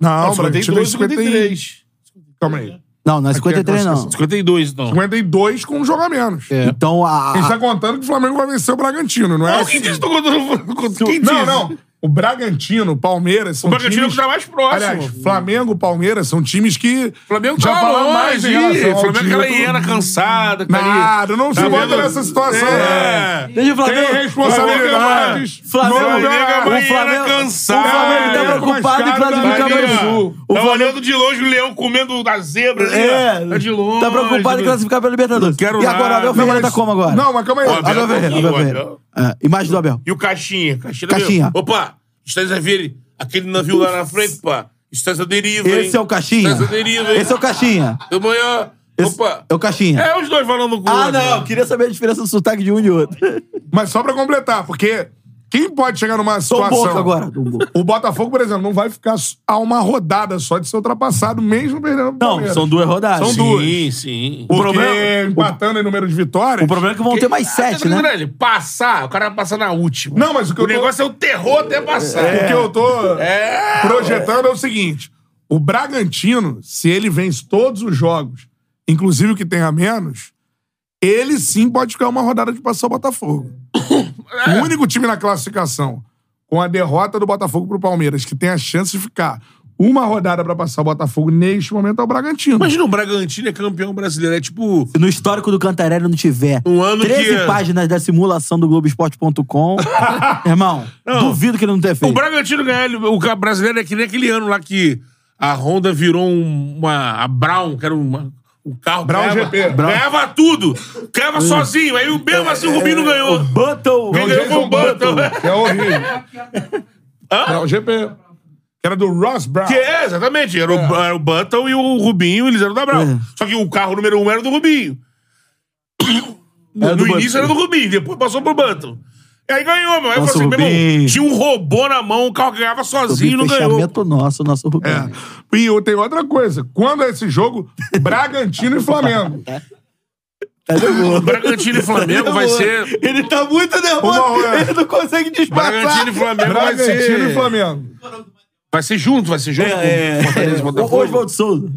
Não,
Não,
o é Bragantino tem
52,
53.
53.
Calma aí.
Não, não é
Aqui é
53 não.
52, então.
52 com um jogo a menos.
É.
Então
A gente
a...
tá contando que o Flamengo vai vencer o Bragantino, não é?
Não, então, quem disse? Tô contando... Quem
não,
disse?
não. O Bragantino, o Palmeiras são
O Bragantino é o que
times...
tá mais próximo.
Aliás, Flamengo e Palmeiras são times que
Flamengo
já
tá
falaram
longe.
mais em relação ao
O Flamengo é aquela
título.
hiena cansada. que tá ali.
Nada, não se
Tá
bota
vendo?
nessa situação.
É.
Deixa o Flamengo...
Tem responsabilidades.
Flamengo-
no
Flamengo
lugar.
é
O
Bahia era
Flamengo,
cansado.
o Flamengo tá
Era
preocupado em
mais caro
classificar
da
pelo
Liga.
Sul.
O
O
tá
Flamengo
olhando de longe o leão comendo da zebra. né? Tá
é,
de longe. né?
tá preocupado em classificar pelo Libertadores.
quero
e agora o Abel
nada.
Ferreira tá como agora?
Não, mas calma aí.
Ó, Abel- um
Abel Ferreira, Abel
Abel.
Ferreira. É, imagem do Abel.
E o Caixinha. Caixinha.
Caixinha.
Meu. Opa, Estância Verde. Aquele navio lá na frente, pá. Estância Deriva, hein?
Esse é o Caixinha?
Estância Deriva, hein?
Esse é o Caixinha.
Do manhã.
Esse
Opa.
é o Caixinha.
É né? os dois falando com o
Ah,
outro.
não. eu Queria saber a diferença do sotaque de um e de outro.
Mas só pra completar, porque quem pode chegar numa
Tô um
situação...
pouco agora. Dom Boca.
O Botafogo, por exemplo, não vai ficar a uma rodada só de ser ultrapassado, mesmo perdendo pro
Não,
Palmeiras.
são duas rodadas.
São
Sim.
duas. Sim, sim.
Porque
problema-
empatando em número de vitórias...
O problema é que vão ter
Ah,
mais sete, né?
Ele passar, o cara vai passar na última.
Não, mas o que eu tô-
negócio é o terror até passar.
O que eu tô
É.
projetando é o seguinte: o Bragantino, se ele vence todos os jogos, inclusive o que tem a menos, ele sim pode ficar uma rodada de passar o Botafogo.
É.
O único time na classificação com a derrota do Botafogo pro Palmeiras que tem a chance de ficar uma rodada pra passar o Botafogo neste momento é o Bragantino.
Imagina o Bragantino é campeão brasileiro. É tipo.
Se no histórico do Cantarelli não tiver
Um ano
13
que-
páginas da simulação do Globoesporte.com, irmão,
Não.
duvido que ele não tenha feito.
O Bragantino ganhar ele- o ca- brasileiro é que nem aquele ano lá que a Honda virou um- uma. A Brown, que era uma. O carro
Brown
ganhava,
GP. Brown.
ganhava tudo.
Hum.
Ganhava sozinho. Aí o mesmo assim o Rubinho não ganhou.
Button...
Quem ganhou foi o Button.
Que é horrível. É o GP. Que era do Ross Brown.
Que é, exatamente. Era, O, era o Button e o Rubinho, eles eram da Brown.
É.
Só que o carro número um era do Rubinho. No,
Era do
no início
Button.
era do Rubinho, depois passou pro Button. E aí ganhou, meu. Aí eu
Nosso
falei assim, meu irmão,
Rubinho.
tinha um robô na mão, o carro ganhava sozinho e não ganhou.
Fechamento nosso, nosso Rubinho.
É. E eu tenho outra coisa. Quando é esse jogo, Bragantino e Flamengo.
É
Tá nervoso.
Bragantino e Flamengo vai ser.
Tá Ele tá muito
Uma
nervoso.
hora.
Ele não consegue disfarçar.
Bragantino e Flamengo vai
Bragantino e
ser.
Flamengo.
Vai ser junto, vai ser junto.
É, é,
Fortaleza e
é.
Botafogo.
Oswaldo Souza.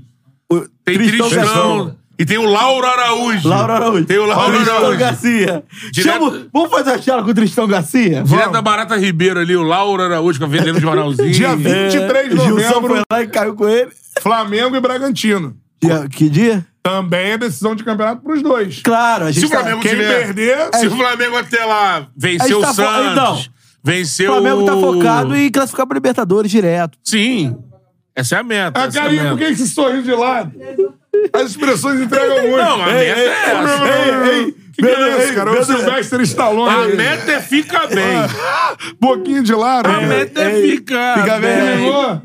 O
Tem
Tristão
Tristão,
Garcia.
E tem o Lauro Araújo.
Laura Araújo.
Tem o Lauro
Tristão
Araújo.
Garcia.
Direto-
Chama- vamos fazer a charla com o Tristão Garcia?
Direto da Barata Ribeiro ali, o Lauro Araújo, que é vendendo jornalzinho.
Dia 23 de
Gilson
novembro,
foi lá e caiu com ele.
Flamengo e Bragantino.
Dia- que dia?
Também é decisão de campeonato pros dois.
Claro, a gente
Se o
tá-
Flamengo
Quem
tiver-
perder,
Se o Flamengo até lá venceu
A gente é tá
o
fo-
Santos,
Então,
venceu
O Flamengo tá
o-
focado em classificar pra Libertadores direto.
Sim. Essa é a meta.
Ah,
essa é a
carinho,
meta.
por que esse sorriso de lado? As expressões entregam muito.
Não, a meta é essa.
Que que é isso, cara? É o Sylvester
A
Stallone.
meta é fica bem.
Boquinha de lado.
A meta é
Ei,
ficar
fica bem.
Pegou?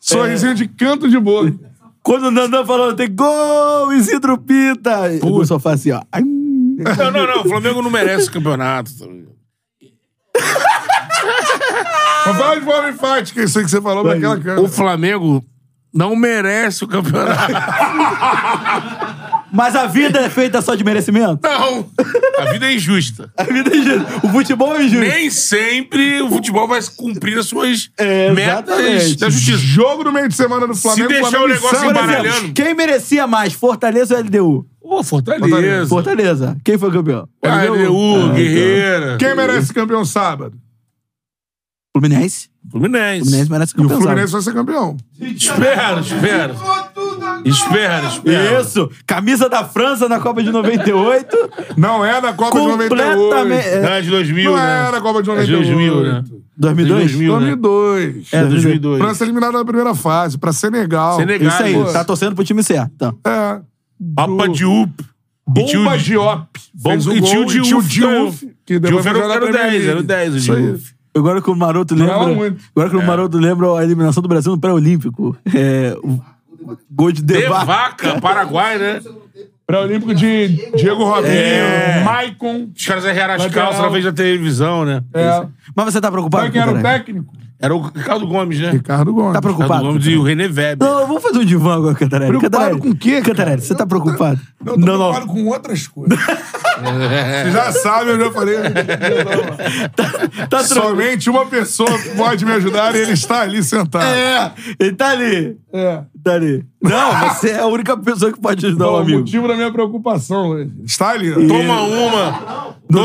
Sorrisinho de canto de boca.
Quando o Nandan falou, tem gol, Isidro Pita. O Gilson faz assim, ó. Ai,
Não, não, não. O Flamengo não merece campeonato. tá
Mas fala de forma enfática isso aí que você falou naquela
O
câmera.
Flamengo não merece o campeonato.
Mas a vida é feita só de merecimento?
Não. A vida é injusta.
A vida é injusta. O futebol é injusto.
Nem sempre o futebol vai cumprir as suas
É,
metas
exatamente.
da justiça.
Jogo no meio de semana do Flamengo.
deixar
Flamengo
o negócio
insano.
Por
Baralhando.
é exemplo, quem merecia mais, Fortaleza ou LDU?
Ô, Fortaleza.
Fortaleza. Quem foi campeão?
LDU,
Ah,
Guerreira.
Quem merece campeão sábado?
Fluminense.
Fluminense.
Fluminense merece
E o
campeão.
Fluminense vai ser campeão.
Espera, espera. Espera, espera.
Isso. Camisa da França na Copa de 98.
Não é da Copa de 98.
completamente... é,
Não, é de 2000,
Não
né?
é da Copa de
É de
98.
2000, né?
2002?
2000, né?
2002.
É, 2002.
França eliminada na primeira fase, pra Senegal.
Senegal.
Isso aí.
Pô.
Tá torcendo pro time certo. Então.
É.
Papa Diop. um
Bomba Diop. Fez o
E tio
gol, e tio
Diouf. né?
Diouf. Que depois
Diouf
foi
era o
jogar na
era o
Premier
10,
League.
era o 10 o
Isso aí.
Diouf.
Agora que o Maroto
Jogava
lembra.
muito. É.
Agora que o Maroto lembra a eliminação do Brasil no pré-olímpico. É, o gol de
De
Devar.
vaca, Paraguai, né?
Pré-olímpico de Diego Robinho,
É.
Maicon.
Os caras erraram as
Lateral.
calças na vez da televisão, né?
É.
Mas você tá preocupado?
Sabe quem era o
Cantarelli?
técnico?
Era o Ricardo Gomes, né?
Ricardo Gomes.
Tá
Ricardo
preocupado?
Gomes e o René Weber.
Não, vamos fazer um divã agora, Cantarelli.
Preocupado
Cantarelli.
com o quê, cara?
Cantarelli, você tá preocupado?
Eu tô preocupado com outras coisas. Você já sabe, eu já falei.
Tá, tá tranquilo.
Somente uma pessoa pode me ajudar e ele está ali sentado.
É, ele tá ali.
É.
Tá ali. Não, você é a única pessoa que pode ajudar o
Bom, é o
amigo.
motivo da minha preocupação. hoje. Então, Está ali. ó.
Toma uma.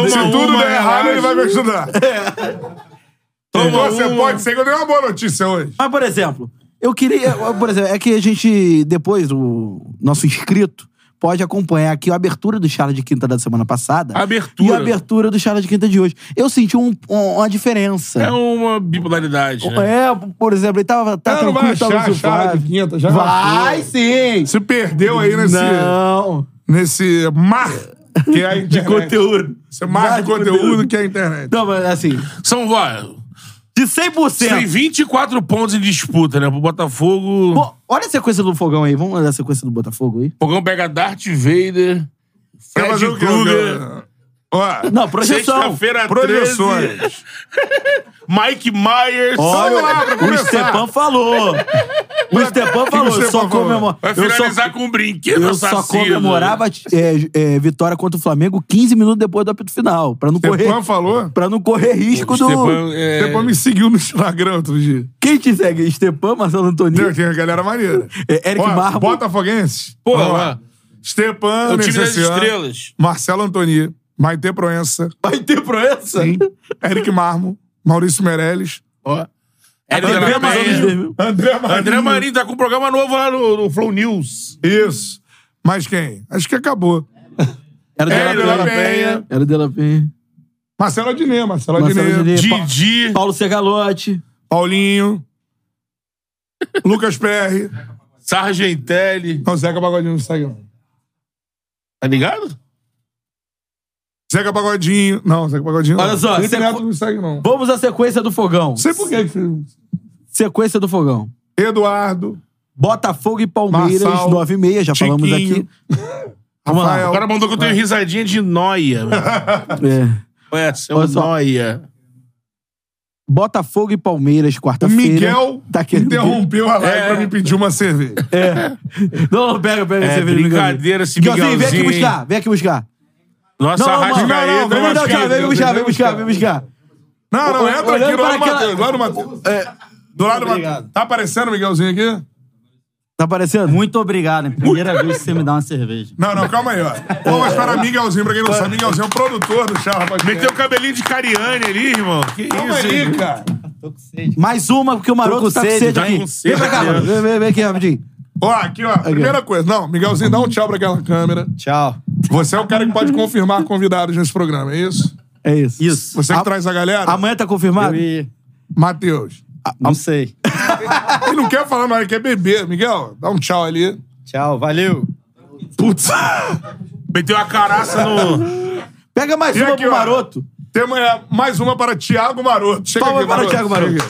Se
Toma
tudo
uma.
der errado,
relaxa.
ele vai me ajudar.
Toma
Então, você
uma.
pode ser que eu dei É. uma boa notícia hoje.
Mas, por exemplo, eu queria. eu- Por exemplo, é que a gente, depois, o nosso inscrito pode acompanhar aqui a abertura do Charla de Quinta da semana passada.
Abertura.
E a abertura do Charla de Quinta de hoje. Eu senti um- um- uma diferença.
É uma bipolaridade, né?
É, por exemplo, ele tava. Tá
Ela não vai
tranquilo, tava
achar a chave
desocupado.
de quinta, já
Vai sim!
Se perdeu aí né, nesse,
Não!
nesse mar que é a internet.
De conteúdo.
Esse mar de conteúdo que é a internet.
Não, mas assim,
São, ó,
de
tem
100%.
24 pontos em disputa, né? Pro Botafogo.
Bom, olha a sequência do fogão aí. Vamos olhar a sequência do Botafogo aí?
Fogão pega Darth Vader,
Quer fazer
Fred
o quê,
Krueger,
meu? Ó,
Não, projeção.
sexta-feira 13,
projeções.
Mike Myers.
Olha,
Vamos lá, pra
o
começar.
Stepan falou. O Stepan
que
falou,
o
eu
Stepan
só
falou?
comemorava.
Vai
Eu só,
finalizar com um brinquedo
eu só
assassino.
comemorava é, é, vitória contra o Flamengo 15 minutos depois do apito final. Pra não
Stepan
correr.
falou?
Pra não correr risco do.
Esteban, é,
Stepan me seguiu no Instagram outro dia.
Quem te segue? Stepan, Marcelo
Tem
Antônio.
tem a galera maneira.
É, Eric
Ó,
Marbo.
Botafoguense.
Pô,
Vamos
ó.
lá. Stepan,
o time das
Necessiano,
estrelas.
Marcelo Antoni, Maite Proença,
Vai ter proença?
sim, Eric Marmo, Maurício Meirelles,
Ó.
É André
André
Marinho.
Marinho.
André Marinho.
André Marinho tá com um programa novo lá no, no Flow News.
Isso. Mas quem? Acho que acabou.
Era o
É,
Dela
Della
Penha.
Penha.
Era o Dela Penha.
Marcelo Adnet, Marcelo
Marcelo
Adnet.
Adnet. Pa-
Didi.
Paulo Segalotti.
Paulinho. Lucas PR.
Sargentelli.
Não, Zeca Pagodinho não segue, não.
Tá ligado?
Zeca Pagodinho. Não, Zeca Pagodinho. não.
Olha só,
Felipe
Zeca-
Neto não segue, não. Não
Vamos à sequência do fogão.
sei por que que você-
Sequência do fogão.
Eduardo.
Botafogo e Palmeiras,
Marçal,
9 e meia, já falamos
Chiquinho,
aqui. Vamos lá.
O
Rafael.
cara mandou que eu tenho risadinha de noia. velho.
É.
Ué, seu
Olha só.
noia.
Botafogo e Palmeiras,
O
quarta-feira.
Miguel
tá querendo-
interrompeu a live
É.
pra me pedir uma cerveja.
É. Não, não, pega, pega.
É,
você vê,
brincadeira esse
Miguelzinho. Miguelzinho,
Miguelzinho,
vem aqui
hein?
buscar, vem aqui buscar.
Nossa,
Não, não, mano.
arrascaeta.
Não, não, vem,
eu
não,
acho
tchau,
que-
vem buscar, vem buscar, vem buscar.
Não, não, entra
Olhando
aqui do
para
lado do
aquela-
Matheus. Do lado do Matheus. Do lado do Matheus. Tá aparecendo o Miguelzinho aqui?
Tá aparecendo?
Muito obrigado. É a primeira vez que você me dá uma cerveja.
Não, não, calma aí, ó. Palmas para Miguelzinho, pra quem não sabe, Miguelzinho é o produtor do Charla Podcast.
Meteu o cabelinho de Cariani ali, irmão. Que
Calma
isso, hein?
aí, cara.
Tô com sede.
Mais uma, porque o
Tô
Maroto
com
tá com
sede,
sede
tá
aqui.
com sede,
Vem pra cá,
meu
mano. Vem, vem, vem aqui rapidinho.
Ó, aqui, ó. Primeira coisa. Não, Miguelzinho, dá um tchau pra aquela câmera.
Tchau.
Você é o cara que pode confirmar convidados nesse programa, é isso?
É isso.
Isso.
Você que
A-
traz a galera?
Amanhã tá confirmado? Ah,
Eu ia-
Matheus.
Não sei.
Ele não quer falar, mas ele quer é beber. Miguel, dá um tchau ali.
Tchau, valeu.
Putz.
Meteu a caraça no.
Pega mais
E
uma
aqui,
pro
ó.
Maroto.
Temos é, mais uma para Tiago Maroto. Chega
Palmas
aqui,
para Thiago Maroto.
Chega.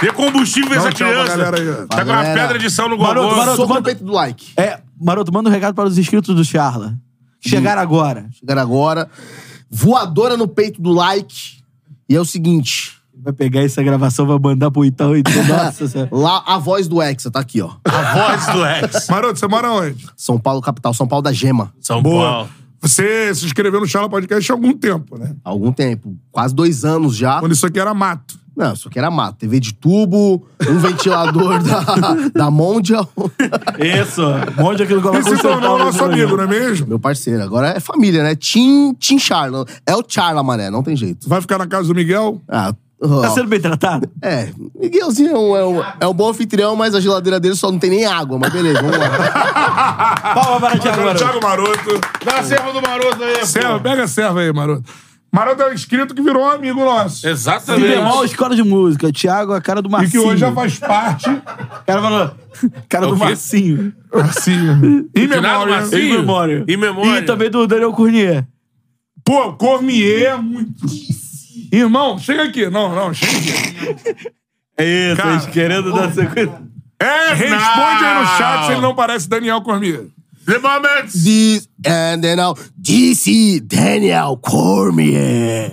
Dê combustível pra
Dá um
essa
tchau pra
criança.
galera aí, ó.
Tá com uma
Galera.
pedra de sal no
Maroto,
gorgão.
maroto.
Soco
manda-
no peito do like.
É, Maroto, manda um recado para os inscritos do Charla. que Chegaram agora.
Chegar agora. Voadora no peito do like. E é o seguinte.
Vai pegar essa gravação, vai mandar pro Itão. Itão. Nossa senhora.
Lá, a voz do Hexa tá aqui, ó.
A voz do ex.
Maroto, você mora onde?
São Paulo, capital. São Paulo da Gema.
São
Boa.
Paulo.
Você se inscreveu no Charla Podcast há algum tempo, né?
Há algum tempo. Quase dois anos já.
Quando isso aqui era mato.
Não, isso aqui era mato. TV de tubo, um ventilador da, da Mondial.
Isso. Onde aquilo
E
coloca
se tornou nosso amigo, não é mesmo?
Meu parceiro. Agora é família, né? Tim, Tim Charla. É o Charla, mané. Não tem jeito.
Vai ficar na casa do Miguel?
Ah,
Tá
ó.
sendo bem tratado?
É, Miguelzinho é um, é, um, é um bom anfitrião, mas a geladeira dele só não tem nem água, mas beleza, vamos lá.
Palma para Thiago
Agora, é
Maroto.
Thiago Maroto.
Dá a serva do maroto aí, pô.
Serva, pega a serva aí, Maroto. Maroto é um inscrito que virou um amigo nosso.
E bemol,
Exatamente.
é escola de música. Thiago, a cara do
E
Marcinho.
que hoje já faz parte.
O cara falou... Cara
É o
do
quê?
Marcinho.
Marcinho. Em
Finado
memória.
Marcinho.
Em memória.
Em memória.
E também do Daniel Cournier.
Pô, Cormier é muito. Irmão, chega aqui. Não, não, chega aqui.
É isso,
Cara.
a gente querendo dar sequência.
É, responde aí no chat se ele não parece Daniel Cormier.
The moment.
This and then I'll- This is Daniel Cormier.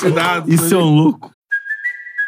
Cuidado.
Isso é um louco.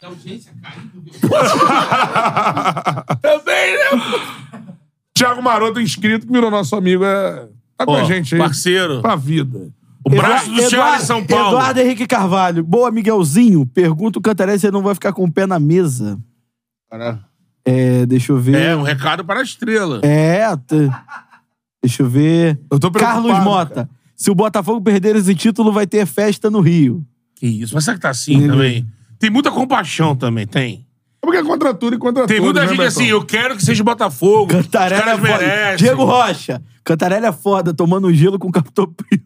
Também, né?
Thiago Maroto, inscrito, que virou nosso amigo. É... Tá com
Ó,
a gente aí.
parceiro.
Pra vida.
O braço do Thiago em
Eduardo-
São Paulo.
Eduardo é- Henrique Carvalho. Boa, Miguelzinho. Pergunta o Cantarelli se ele não vai ficar com o pé na mesa. É, deixa eu ver.
É, um recado para a estrela.
É, t- deixa eu ver.
Eu tô preocupado,
Carlos Mota.
cara.
Se o Botafogo perder esse título, vai ter festa no Rio.
Que isso. Mas será que tá assim também? Tem muita compaixão também, tem.
É porque é contra tudo e contra
Tem
tudo,
muita
né,
gente
Betão?
assim, eu quero que seja o Botafogo.
Cantarelli
Os caras
é foda.
merecem.
Diego Rocha. Cantarelli é foda, tomando um gelo com o Capitão Pio.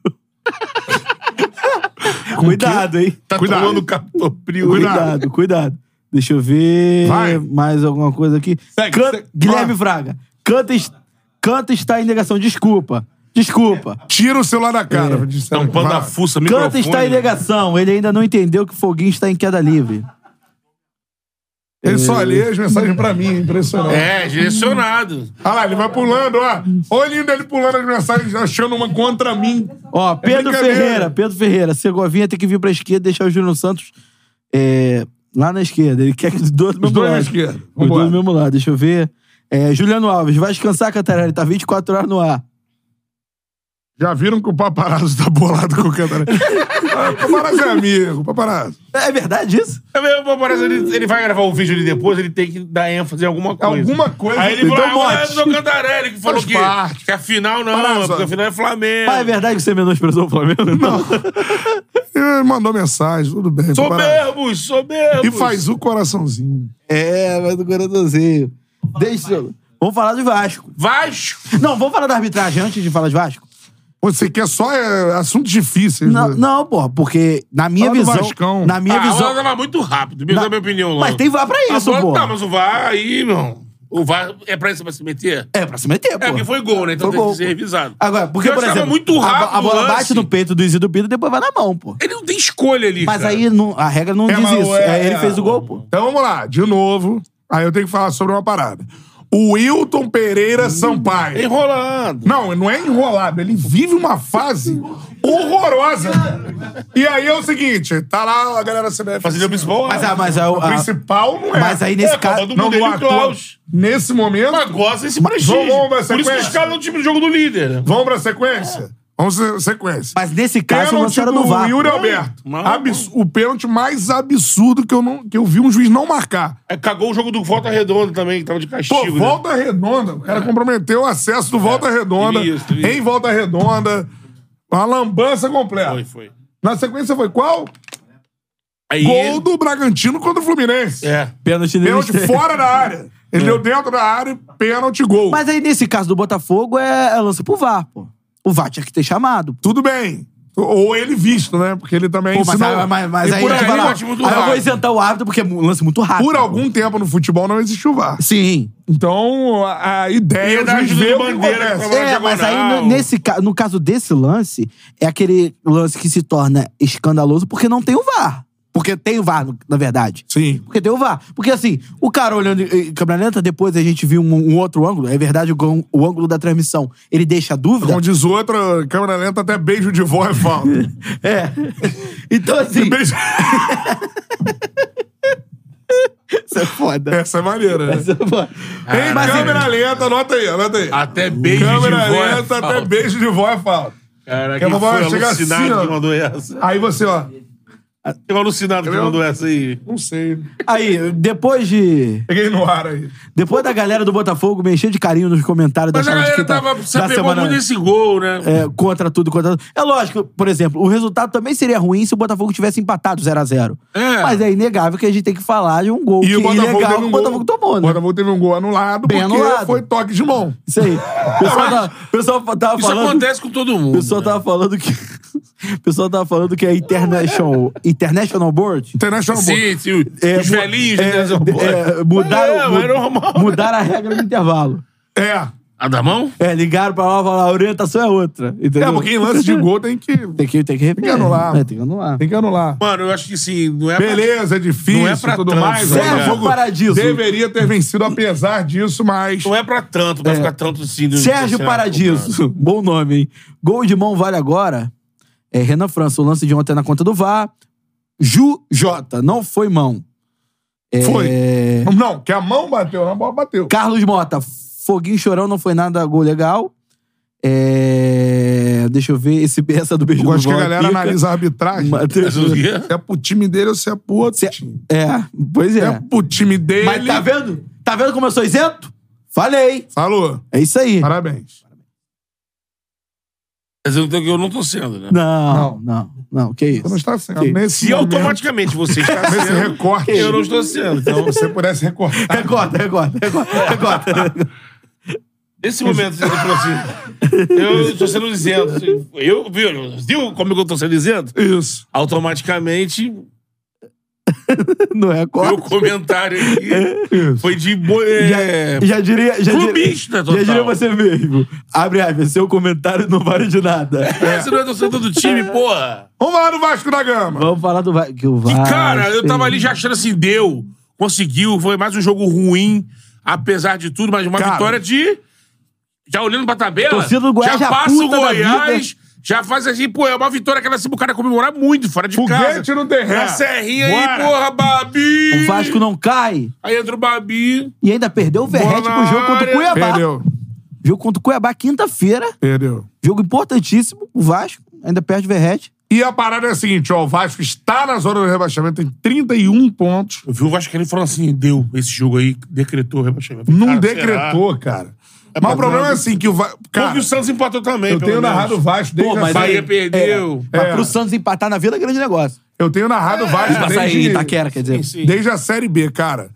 cuidado, hein?
Tá cuidado. tomando captopril. Cuidado.
Cuidado, cuidado. Deixa eu ver.
Vai.
Mais alguma coisa aqui.
Segue,
Can-
segue.
Guilherme
Ah.
Fraga. Canta, es- Canta está em negação. Desculpa. Desculpa.
Tira o celular da cara.
É.
disse ela.
Tampando
Vai.
Então, a fuça,
Canta
microfone.
está em negação. Ele ainda não entendeu que o Foguinho está em queda livre.
Ele só lê as mensagens pra mim, é impressionante.
É, direcionado.
Olha lá, ele vai pulando, ó. Olha o lindo ele pulando as mensagens, achando uma contra mim.
Ó, Pedro
brincadeira.
Ferreira. Pedro Ferreira. Segovinha tem que vir pra esquerda e deixar o Júnior Santos é, lá na esquerda. Ele quer que os dois do
Os
mesmo
dois na
lado.
esquerda.
Os
Vambora.
dois do mesmo lado. Deixa eu ver. É, Juliano Alves. Vai descansar, Cantarelli. Tá 24 horas no ar.
Já viram que o paparazzo tá bolado com o Cantarelli? Ah, o paparazzo é amigo, o paparazzo.
É verdade isso?
É mesmo, parece que ele, ele vai gravar um vídeo ali depois, ele tem que dar ênfase em alguma coisa.
Alguma coisa.
Aí ele
Então,
falou, ah,
mote.
mas é o Cantarelli que falou
Faz
que,
parte.
que a final não,
Para,
é porque
só.
a final é Flamengo.
Ah, é verdade que você menosprezou o Flamengo? então? Não.
Ele mandou mensagem, tudo bem. paparazzo.
Soberbos, soberbos.
E faz o coraçãozinho.
É, mas do coraçãozinho. Deixa eu... Vamos falar de Vasco.
Vasco.
Não, vamos falar da arbitragem antes de falar de Vasco?
Você quer só é, assuntos difíceis.
Não,
né?
não porra, porque na minha
Fala do
visão...
Vascão.
Na minha
ah, a
visão...
bola tava muito rápido, mesmo
Na-
na minha opinião.
Mas
Lando.
tem VAR pra
A
isso,
bola-
pô.
Tá, mas o VAR aí, irmão. O VAR é pra isso pra se meter?
É, pra se meter, pô.
É, porque foi gol, né? Então
Foi
tem
gol,
que ser
pô.
revisado.
Agora, porque,
Eu
por
achava
exemplo...
muito
a bo-
rápido
A, bola
o
bate
lance.
no peito do Isidro Pinto e depois vai na mão, pô.
Ele não tem escolha ali,
Mas
cara.
aí não- a regra não
É,
diz
mas
isso.
é-
É, ele fez o gol, pô.
Então vamos lá, de novo. Aí eu tenho que falar sobre uma parada. O Wilton Pereira Sampaio.
Enrolando.
Não, não é enrolado. Ele vive uma fase horrorosa. E aí é o seguinte, tá lá a galera CBF.
Fazendo o principal.
Mas,
ah,
ah, mas ah,
assim, O
ah,
principal não é.
Mas aí nesse
É, Copa
caso.
do
Não,
Mundo,
do
ele e o
ator.
Klaus.
Nesse momento...
Mas gosta desse prestígio.
Vamos, vamos,
Por isso que
sequência.
os caras no time do jogo do líder.
Vamos pra sequência? Vamos pra sequência.
Mas nesse caso, o lance era do VAR.
Yuri Alberto.
não,
Abs- O pênalti mais absurdo que eu, não, que eu vi um juiz não marcar.
É, cagou o jogo do Volta Redonda também, que tava de castigo.
Pô,
né? É.
Volta Redonda. O cara comprometeu o acesso do Volta Redonda.
Isso, isso.
Em Volta Redonda. Uma lambança completa.
Foi, foi.
Na sequência foi qual?
Aí
Gol do Bragantino contra o Fluminense.
É.
Pênalti dele.
Pênalti fora da área. Ele deu dentro da área, e pênalti, gol.
Mas aí, nesse caso do Botafogo, é, é lance pro VAR, pô. O VAR tinha que ter chamado.
Tudo bem. Ou ele visto, né? Porque ele também.
Pô, mas,
se não-
aí- mas, é mas
E
aí,
por
eu te
aí,
falar,
ótimo do
aí eu
VAR.
vou isentar o árbitro porque é um lance muito rápido.
Por algum tempo no futebol não existiu VAR.
Sim.
Então, a a ideia
Ia dar
é
ajuda
ver
do
o que
Bandeira,
acontece.
que tava
É,
diagonal.
mas aí no, nesse, ca- no caso desse lance, é aquele lance que se torna escandaloso porque não tem o VAR. Porque tem o VAR, no- na verdade.
Sim.
Porque tem o VAR. Porque assim, o cara olhando em em câmera lenta, depois a gente viu um, um outro ângulo, é verdade, o, gão- o ângulo da transmissão, ele deixa a dúvida.
Como diz outra, câmera lenta, até beijo de vó é falta.
É. Então assim,
Beijo-
isso é foda.
Essa é maneira, né?
Isso é foda.
Em
mas é-
câmera lenta, anota aí, anota aí.
Até beijo
câmera
de vó é
lenta, até
falta.
beijo de vó é falta.
Caraca,
Que a
quem
vovó
foi
chega assim,
alucinado
ó.
que mandou essa?
Aí você, ó,
Tem um alucinado que mandou essa aí.
não sei.
Aí, depois de.
Peguei no ar aí.
Depois da galera do Botafogo me encher de carinho nos comentários
Mas
da
a
sala de
galera
quinta-
tá
tá
tava. Você
tá da
pegou
semana-
muito esse gol, né?
é, contra tudo, contra tudo. É lógico, por exemplo, o resultado também seria ruim se o Botafogo tivesse empatado 0x0.
É.
Mas é inegável que a gente tem que falar de um gol
E
que
o Botafogo
ilegal
teve um
que o
gol.
Botafogo tomou,
O
né?
Botafogo teve um gol anulado
Bem
porque
anulado.
foi toque de mão.
Isso aí. O pessoal tava, o pessoal tava
Isso
falando...
acontece com todo
O
mundo. né?
pessoal tava falando que... O pessoal tava falando que a International, International Board...
International Board.
Sim, sim.
é,
os
mu-
velhinhos
é,
de Deus,
é,
Mas é,
mudaram,
mas é normal.
mudaram a regra do intervalo.
É.
A Ah, da mão?
É, ligaram pra lá e falaram, a orientação é outra. Entendeu?
É, porque em lance de gol tem que,
Tem que, tem que rever.
anular.
É, tem que anular.
tem que anular.
Mano, eu acho que sim. Não é pra-
Beleza, é difícil
Não é pra
tudo
tanto,
mais.
Sérgio
O Botafogo
Paradiso.
Deveria ter vencido apesar disso, mas...
Não é pra tanto, pra ficar tanto assim. do-
Sérgio
sei lá,
Paradiso. Bom nome, hein? Gol de mão vale agora. É Renan França. O lance de ontem é na conta do VAR. Ju J. Não foi mão. É,
Foi. Não, que a mão bateu, a bola bateu.
Carlos Mota. Foguinho chorão. Não foi nada gol legal. É, Deixa eu ver. Esse, essa do beijo
Eu acho
do
que a
Bola
galera
pica.
analisa a arbitragem.
Mateus-
Mas o quê?
Se é pro time dele ou se é pro outro
Se-
time.
É, pois
Se é
é.
pro time dele...
Mas tá vendo? Tá vendo como eu sou isento? Falei.
Falou.
É isso aí.
Parabéns.
Mas eu não tô, eu não tô sendo, né?
Não, não, não. Que isso?
Você não é está sendo.
Que-
Nesse
Se
momento,
automaticamente você está
Nesse
sendo,
recorte.
eu não estou É sendo. Então,
Se você pudesse recortar.
Recorta, recorta, recorta, recorta.
nesse momento, você falou assim, eu estou sendo isento. assim, Eu, viu, viu como é que eu estou sendo isento?
Isso.
Automaticamente,
Não é corte.
meu comentário aqui foi de... bo- É,
Já diria. Já
Clubista
diria,
total.
já diria você mesmo. Abre aspas, seu comentário não vale de nada.
Você não é torcedor do time, porra.
Vamos lá no Vasco da Gama.
Vamos falar do vai. Que o
E,
Ah,
vai.
cara, eu tava ali já achando assim, deu, conseguiu, foi mais um jogo ruim, apesar de tudo, mas uma
Cara.
vitória de... Já olhando pra tabela,
Torcida do Goiás
já
já
passa o
puta da
Goiás, já faz assim, pô, é uma vitória que ela se o cara comemorar muito, fora de
Foguete
casa.
no terreno.
Na serrinha aí,
Bora.
porra, Babi!
O Vasco não cai.
Aí entra o Babi.
E ainda perdeu o Verrete
Bola
pro jogo contra
área.
o Cuiabá.
Perdeu.
Jogo contra o Cuiabá, quinta-feira.
Perdeu.
Jogo importantíssimo. O Vasco ainda perde o Verrete.
E a parada é a seguinte, ó. O Vasco está na zona do rebaixamento, tem 31 pontos.
Eu vi o Vasco ele falou assim, deu, esse jogo aí decretou o rebaixamento.
Não
Cara,
decretou, cara. Mas o problema é assim, que o Vasco...
será? Pô,
Cara,
que o Santos empatou também,
eu
pelo
tenho
menos.
narrado o Vasco desde
Pô,
a
mas
saída.
aí-
Bahia perdeu.
Mas
É.
pro Santos empatar na Vila é grande negócio.
Eu tenho narrado Vasco
Mas aí, tá
desde,
Itaquera, quer dizer.
É, Sim.
desde a Série B, cara.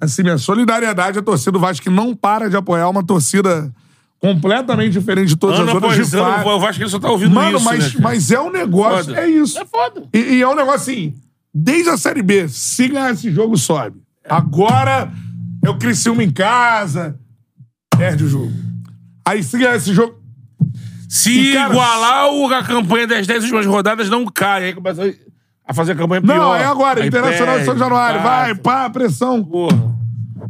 Assim, minha solidariedade à torcida do Vasco, que não para de apoiar uma torcida completamente diferente de todas as
Ano
outras
após
de
ano,
fato.
o Vasco ele só tá ouvindo
Mano,
isso, né,
mas,
cara?
mas é um negócio,
Foda.
é isso.
É foda.
E, e é um negócio assim, desde a Série B, se ganhar esse jogo, sobe. Agora, eu cresci uma em casa, perde o jogo. Aí, se ganhar esse jogo,
Se
E, cara,
igualar o- a campanha das 10 últimas rodadas, não cai. Aí começa a fazer a campanha pior.
Não, é agora.
Aí
Internacional de São
perde,
Januário. Vai,
empata.
pá, pressão.
Porra.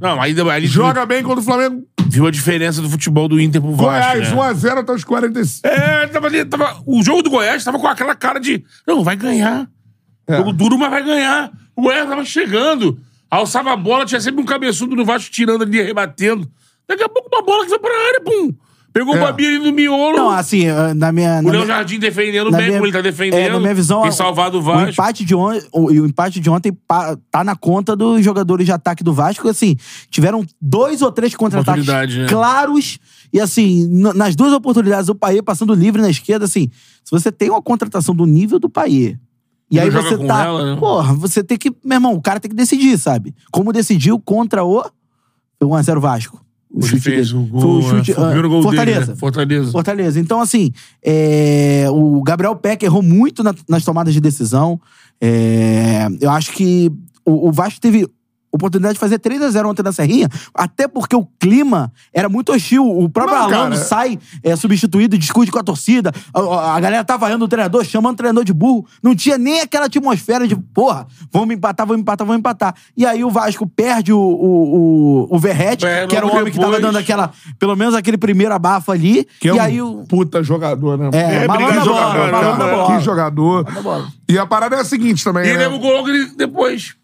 Não, aí, aí
Joga bem contra o Flamengo.
Viu a diferença do futebol do Inter pro Vasco.
Goiás,
né?
1x0 até os 45.
É, tava ali, tava, o jogo do Goiás tava com aquela cara de. Não, vai ganhar.
É.
Jogo duro, mas vai ganhar. O Goiás tava chegando. Alçava a bola, tinha sempre um cabeçudo no Vasco tirando ali, rebatendo. Daqui a pouco uma bola que foi pra área, pum. Pegou
É.
o Babi ali no miolo.
Não, assim, eh, na minha.
o
na
Léo
minha-
Jardim defendendo
na
bem,
minha-
como ele tá defendendo.
é, na minha visão,
Tem
a-
salvado o
O
Vasco.
empate, de on... o, e o empate de ontem pa- tá na conta dos jogadores de ataque do Vasco. Assim, tiveram dois ou três contra-ataques
Oportunidade, né?
claros. E assim, n- nas duas oportunidades, o Paê passando livre na esquerda, assim, se você tem uma contratação do nível do Paê. E
Não
aí
joga
você
com
tá.
ela, né?
Porra, você tem que. Meu irmão, o cara tem que decidir, sabe? Como decidiu contra o. o 1x0 Vasco. O
Ele fez
dele.
o gol.
Foi o
é, foi
chute,
o
ah,
primeiro gol
Fortaleza.
dele. né? Fortaleza.
Fortaleza. Então, assim, é, o Gabriel Peck errou muito na- nas tomadas de decisão. É, eu acho que o, o Vasco teve oportunidade de fazer 3 a 0 ontem na Serrinha, até porque o clima era muito hostil. O próprio é,
Não,
Alonso
cara.
tá um
É,
que era o
logo
homem que tava
depois.
dando aquela, pelo menos aquele primeiro abafo ali.
Que é
e
um
aí o,
puta jogador, né?
É, mas
que
manda
jogador,
bola,
cara.
manda bola.
Que jogador. E a parada é a seguinte também,
E ele
né?
leva o gol logo ele- depois.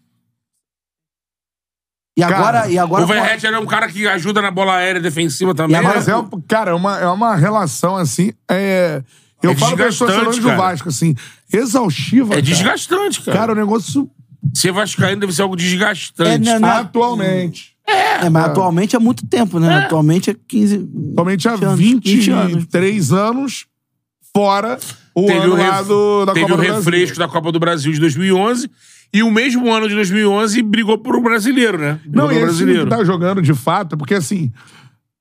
E agora, e agora
o Verrete era um cara que ajuda na bola aérea defensiva também.
agora-
Mas é, um- cara, é uma, é uma relação assim. É, eu
É
falo para os torcedores do
desgastante, cara.
Vasco, assim, exaustiva.
É
cara.
desgastante, cara.
Cara, o negócio
Ser vascaíno deve ser algo
É,
desgastante.
né, né?
Ah, atualmente.
é, mas atualmente é muito tempo, né? Atualmente é 15.
Atualmente há
20 anos, 20 anos.
23 anos, fora o ano lá
ref-
do, da
teve
Copa
o
do Brasil.
refresco da Copa do Brasil de 2011 e o mesmo ano de 2011 brigou por um brasileiro, né? Brigou
Não, e
pelo
esse time
brasileiro.
que tá jogando de fato, porque assim,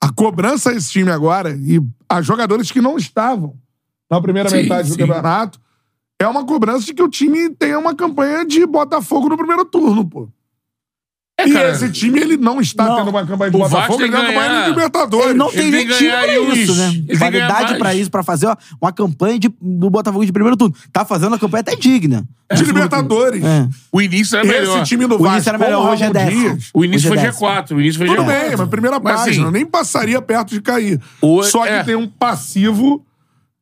a cobrança a esse time agora, e a jogadores que não estavam na primeira
Sim,
metade do
sim.
campeonato, é uma cobrança de que o time tenha uma campanha de Botafogo no primeiro turno, pô.
É,
e
cara,
esse time, ele não está tendo uma campanha de
O
Botafogo,
Vasco tem
ele tem uma
que
campanha
ganhar.
de Libertadores.
Ele não tem
Ele
nem
tem que
time
ganhar
pra
isso.
isso, né?
Ele tem que ganhar
Qualidade
mais.
pra isso, pra fazer ó, uma campanha de- do Botafogo de primeiro turno. Tá fazendo uma campanha até digna.
De Libertadores.
É.
o início era melhor.
Esse time do
O início
Vasco,
era melhor,
com o
hoje é
Ramon
10.
Dias,
O início
Hoje
foi
é
G4, o início foi
Tudo
G4.
bem, mas primeira
Mas, assim,
página, nem passaria perto de cair.
O-
Só que
é.
tem um passivo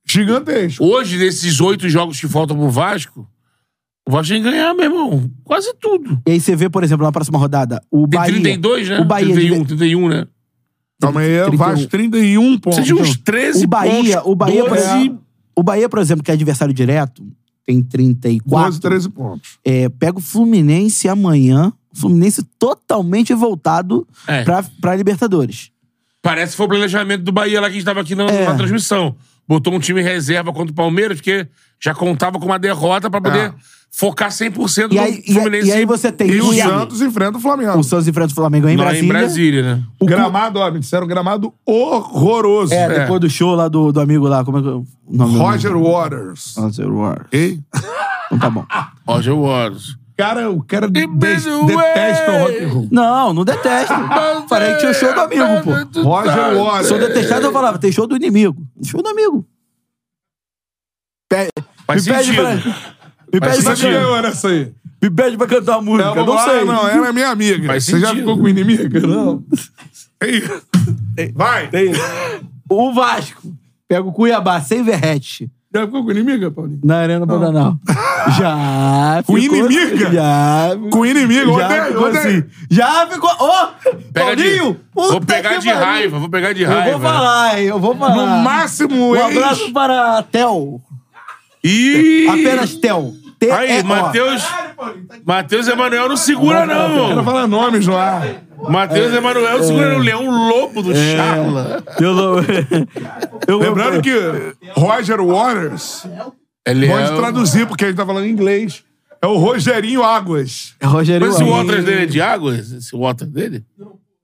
gigantesco.
Hoje, desses oito jogos que faltam pro Vasco, o Vasco tem que ganhar, meu irmão. Quase tudo.
E aí você vê, por exemplo, na próxima rodada, o
Tem
Bahia.
32, né?
O Bahia.
31, 31, né? então,
Calma aí, é
31.
Vasco 31
Precisa
pontos.
de uns 13
O Bahia,
pontos,
o Bahia, por
12.
exemplo, o Bahia, por exemplo, que é adversário direto, tem 34.
12, 13 pontos.
É, pega o Fluminense amanhã. O Fluminense totalmente voltado
É.
pra, pra Libertadores.
Parece que foi o planejamento do Bahia lá que a gente tava aqui na,
É.
na transmissão. Botou um time reserva contra o Palmeiras, porque já contava com uma derrota pra poder focar 100% no
Ah. E aí, e,
Fluminense.
e aí você tem
E o
Cuiabá.
Santos enfrenta o Flamengo.
O Santos enfrenta o Flamengo em
Lá
Brasília.
em Brasília, né?
O Cu-
Gramado, ó, me disseram um gramado horroroso.
É,
É.
depois do show lá do, do amigo lá, como é que é o nome
Roger Waters.
dele? Roger War.
Ei,
Ah. Então tá bom.
Roger Waters.
Cara, o cara de,
by the way-
detesta o rock and roll.
Não, não detesto. é- Falei que tinha show do amigo, pô.
Roger Waters.
Se eu detestasse, eu falava, tem show do inimigo. Show do amigo.
Faz
Me pede
sentido.
Me
Faz
pede, pra,
Você
sentido.
can-
ganhou nessa aí.
me pede pra cantar uma música.
Não,
Não,
vamos lá,
sei.
não, ela é minha amiga.
Faz
Você já
sentido.
ficou com inimiga? Não. Ei, Vai.
O Vasco. Pega o Cuiabá sem verrete.
Já ficou com inimiga, Paulinho?
Na Arena Pantanal. Já.
Com
ficou- assim,
inimiga?
Já.
Com inimigo,
já
odeio,
ficou
odeio.
assim. Já ficou. Ô!
Pega de-
Paulinho! puta
vou pegar
que
de
pariu.
raiva, vou pegar de
Eu
raiva.
vou falar, hein? Eu vou falar.
No máximo,
Um
ex-
abraço para a Tel.
Ih!
Apenas Tel. T
Aí, Matheus. Matheus Emanuel não segura,
Quero É,
não.
falar nomes lá.
Matheus Emanuel não segura, não. Leão Lobo do
É.
Charla.
Eu não... Eu
Lembrando que Roger Waters,
É Leão.
pode traduzir, porque a gente tá falando em inglês, é o Rogerinho Águas.
É Rogério
Mas esse
Alves.
Waters dele é de água? Esse Waters dele?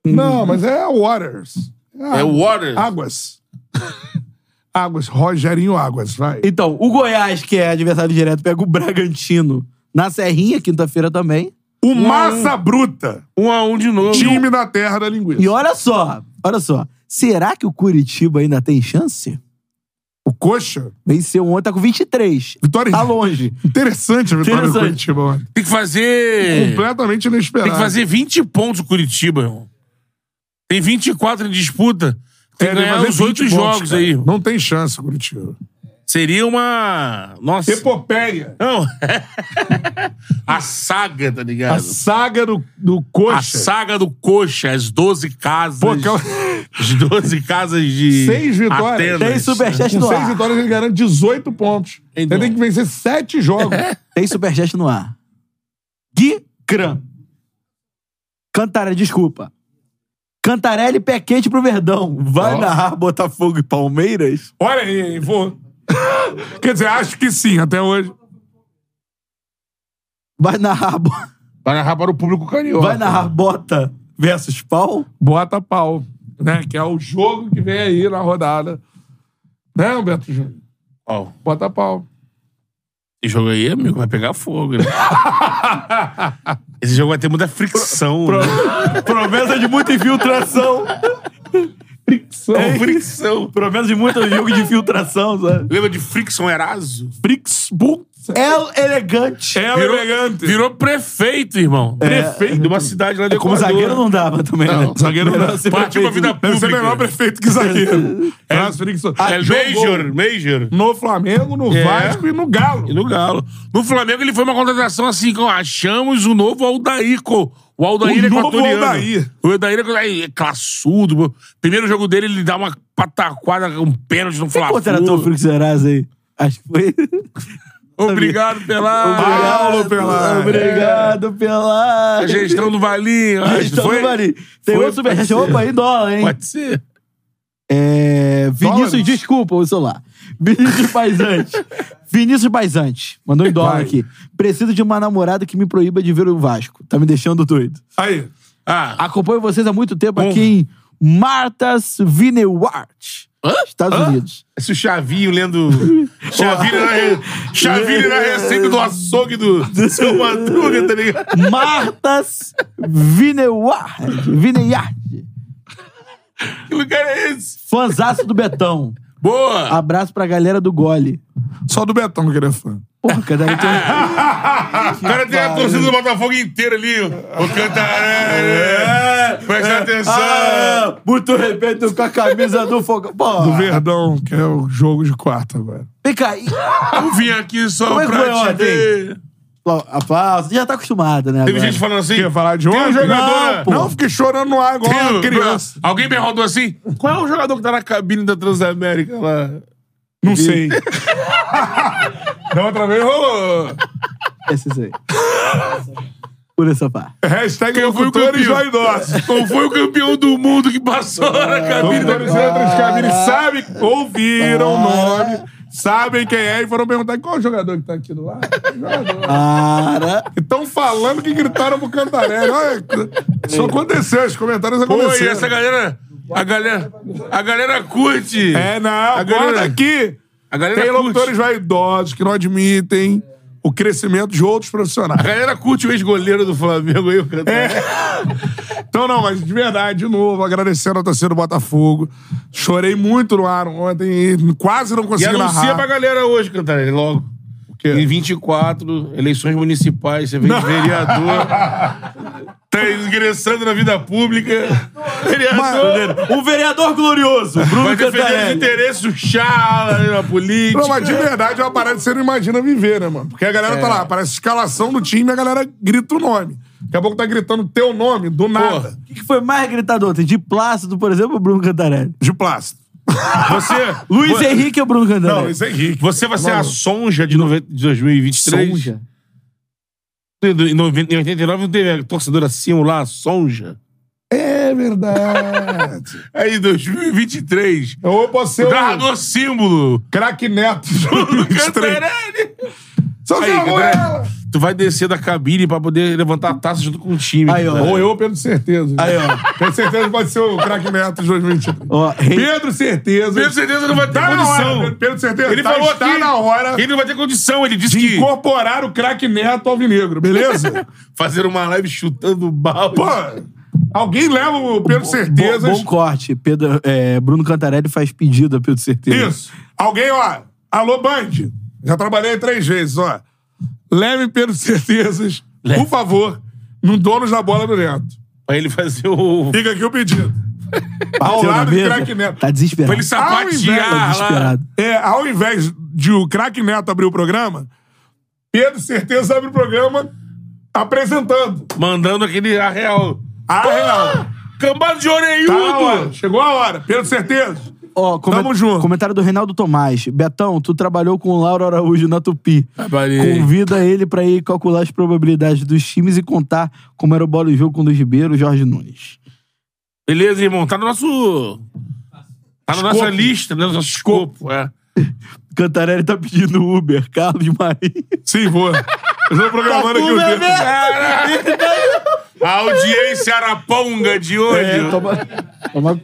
Não, mas é Waters.
É o Waters.
Ah, Águas. Águas, Rogerinho Águas, vai.
Então, o Goiás, que é adversário direto, pega o Bragantino na Serrinha, quinta-feira também.
O Massa Bruta,
Um a um de novo.
time da terra da linguiça.
E olha só, olha só. Será que o Curitiba ainda tem chance?
O Coxa,
Venceu ontem, tá com 23.
Vitória-
Tá longe.
interessante a vitória do
Interessante.
Curitiba. mano.
Tem que fazer.
Completamente
É. Tem
inesperado.
que fazer 20 pontos o Curitiba, irmão. Tem 24 em disputa. Tem
É,
que
ele vai
ganhar
fazer
os
20
oito
pontos,
jogos
cara.
aí.
Não tem chance, Curitiba.
Seria uma. Nossa.
Epopeia.
Não. a saga, tá
A
ligado?
saga do, do
A
Coxa.
saga do Coxa, as 12 casas.
Pô, que é o-
As 12 casas de.
Seis vitórias.
Atenas.
Tem superchat
Com
no
seis
ar.
vitórias, ele garante 18 pontos.
Então.
Ele tem que vencer sete jogos.
Tem superchat no ar. Gui Cran. Cantarelli, desculpa. Cantarelli, pé quente pro Verdão. Vai narrar Botafogo e Palmeiras?
Olha aí, vou. Quer dizer, acho que sim, até hoje.
Vai narrar, Bo-
Vai narrar para o público carioca.
vai narrar Bota versus Pau?
Bota pau, né? Que é o jogo que vem aí na rodada. Né, Humberto Júnior?
Ó,
Bota pau.
esse jogo aí, amigo, vai pegar fogo, né? Esse jogo vai ter muita fricção. né?
Promessa de muita infiltração.
Fricção.
Fricção.
Promessa de muito jogo de infiltração, sabe?
Lembra de Fricção Eraso?
Fricção. Putz.
El É elegante.
É
Virou-
elegante. É,
Virou prefeito, irmão. Prefeito de uma cidade lá de
Como zagueiro não dava também, né?
Zagueiro
Melhor
não
ser
Partiu pra vida
prefeito.
Deve ser
pública.
melhor prefeito que zagueiro. Renato Fricção.
É Major, Major.
No Flamengo, no
É.
Vasco e no
E
Galo.
no Galo. No Flamengo ele foi uma contratação assim, com achamos o novo Aldaíco. O Aldair
O
é
novo
equatoriano.
Aldair.
O Aldair é equatoriano, é classudo. pô. Primeiro jogo dele ele dá uma pataquada, um pênalti no
Quem contratou o
Flamengo.
Félix Zeraz aí? Acho que foi.
Obrigado pela
Paulo Pelá.
Obrigado pela.
Ah, é. a gestão do Valinho. Acho que
Gestão
foi?
do Mari. Tem
Foi,
outro superchat.
pode ser.
Opa, em dólar, hein?
Pode ser.
É, Vinícius,
Dólares?
desculpa o celular. Vinícius Paisante. Vinícius Paisante. Mandou em dólar
Vai.
aqui. Preciso de uma namorada que me proíba de ver o Vasco. Tá me deixando doido.
Aí.
Ah,
Acompanho vocês há muito tempo aqui em Martha's Vineyard, Estados Unidos.
esse Chavinho lendo. Chavinho na, re... Chavinho na receita do açougue do, do seu Madruga, tá ligado?
Martha's Vineyard. Vineyard.
Que lugar é esse?
Fanzaço do Betão.
Boa!
Abraço pra galera do Gole.
Só do Betão que ele é fã.
Porra, cadê?
O cara tem a torcida do Botafogo inteira ali. ó. O
É.
Cantarelli. Presta é. atenção.
Ah, muito respeito com a camisa do Fogão.
Ah.
Do
Porra.
Verdão, que é o jogo de quarta agora.
Vem cá. e-
Eu vim aqui só
Como é que foi
pra te
ontem?
ver.
Apla- Aplausos. Já tá acostumada, né?
Teve
agora?
gente falando assim.
Quer falar de
Tem
ontem?
um
Não,
jogador.
não, fiquei chorando no ar igual
Tem
uma
um-
criança.
Alguém me rodou assim. Qual é o jogador que tá na cabine da Transamérica lá?
Não sei. da outra vez rolou.
Esses aí. Por essa parte.
Hashtag
Quem foi o
locutores
campeão?
vaidosos.
Ou foi o campeão do mundo que passou na cabine da
Locutores de outras cabines sabem, ouviram o nome, sabem quem é e foram perguntar qual é o jogador que tá aqui do lado. Jogador.
Para.
Estão falando que gritaram pro Cantarelli. Olha, isso aconteceu, os comentários
Pô, e
aconteceram.
essa galera. A galera. A galera curte.
É, não,
A
agora
galera-
aqui
A galera
tem
curte.
locutores vaidosos que não admitem o crescimento de outros profissionais.
A galera curte o ex-goleiro do Flamengo aí, o
É.
Cantarelli.
Então, não, mas de verdade, de novo, agradecendo a torcida do Botafogo. Chorei muito no ar ontem e quase não
E
consegui
anuncia
narrar.
pra galera hoje, Cantarelli, logo. Em 24, eleições municipais, você vem de vereador. tá ingressando na vida pública. Vereador.
Um vereador glorioso. Bruno
vai defender os
Cantarelli.
interesses do chá né, na política.
Não, mas de verdade é uma parada que você não imagina viver, né, mano? Porque a galera tá lá, parece escalação do time e a galera grita o nome. Daqui a pouco tá gritando teu nome, do nada.
O que que foi mais gritado ontem? De Plácido, por exemplo, ou Bruno Cantarelli?
De plástico.
Você,
Luiz
vo-
Henrique ou Bruno Cantarelli?
Não, isso é Henrique.
você vai ser a
Maluco.
sonja de, nove- de 2023.
Sonja.
Em noven- em 89 não teve a torcedora Simo lá, a sonja.
É verdade. É
Aí, em 2023.
Eu posso ser um
O
o
narrador símbolo.
craque neto.
Bruno Cantarelli.
Só
Aí,
se arrumou
André.
ela.
Tu vai descer da cabine pra poder levantar a taça junto com o time.
Aí, ó.
Ou
Ou eu, Pedro Certeza. Aí, ó. Tenho certeza que pode ser o craque neto de 2023.
Ó, rei-
Pedro Certeza.
Pedro Certeza não vai ter
Tá na
condição.
hora, Pedro Certeza.
Ele
tá,
falou
está
aqui.
na hora
Ele não vai ter condição. Ele disse
de
que
incorporar o craque neto alvinegro, beleza?
fazer uma live chutando balde.
Pô, alguém leva o Pedro
bom,
Certezas.
bom corte. Pedro, é, Bruno Cantarelli faz pedido a Pedro Certeza.
Isso. Alguém, ó. Alô, Band. Já trabalhei três vezes, ó. Leve Pedro Certezas, por favor, no Donos da Bola do Neto.
Pra ele fazer o...
Fica aqui o pedido. Ao
Bateu na
lado de
mesa,
craque neto.
Tá desesperado.
Pra ele sapatear
Tá
lá.
desesperado.
É, ao invés de o craque Neto abrir o programa, Pedro Certeza abre o programa apresentando.
Mandando aquele arreal.
A real.
Cambado de é
Tá na
orelhudo!
hora. Chegou a hora. Pedro Certeza.
Ó, comen-
Tamo junto.
Comentário do Reinaldo Tomás. Betão, tu trabalhou com o Lauro Araújo na Tupi.
Ah,
Trabalhei.
Convida ele pra ir calcular as probabilidades dos times e contar como era o bola em jogo com o Luiz Ribeiro e Jorge Nunes.
Beleza, irmão. Tá no nosso. Tá na nossa lista, né? No nosso escopo. É.
Cantarelli tá pedindo Uber, Carlos Marinho.
Sim, vou. Eu tô programando aqui o tempo.
A audiência araponga de
É,
hoje.
toma. toma-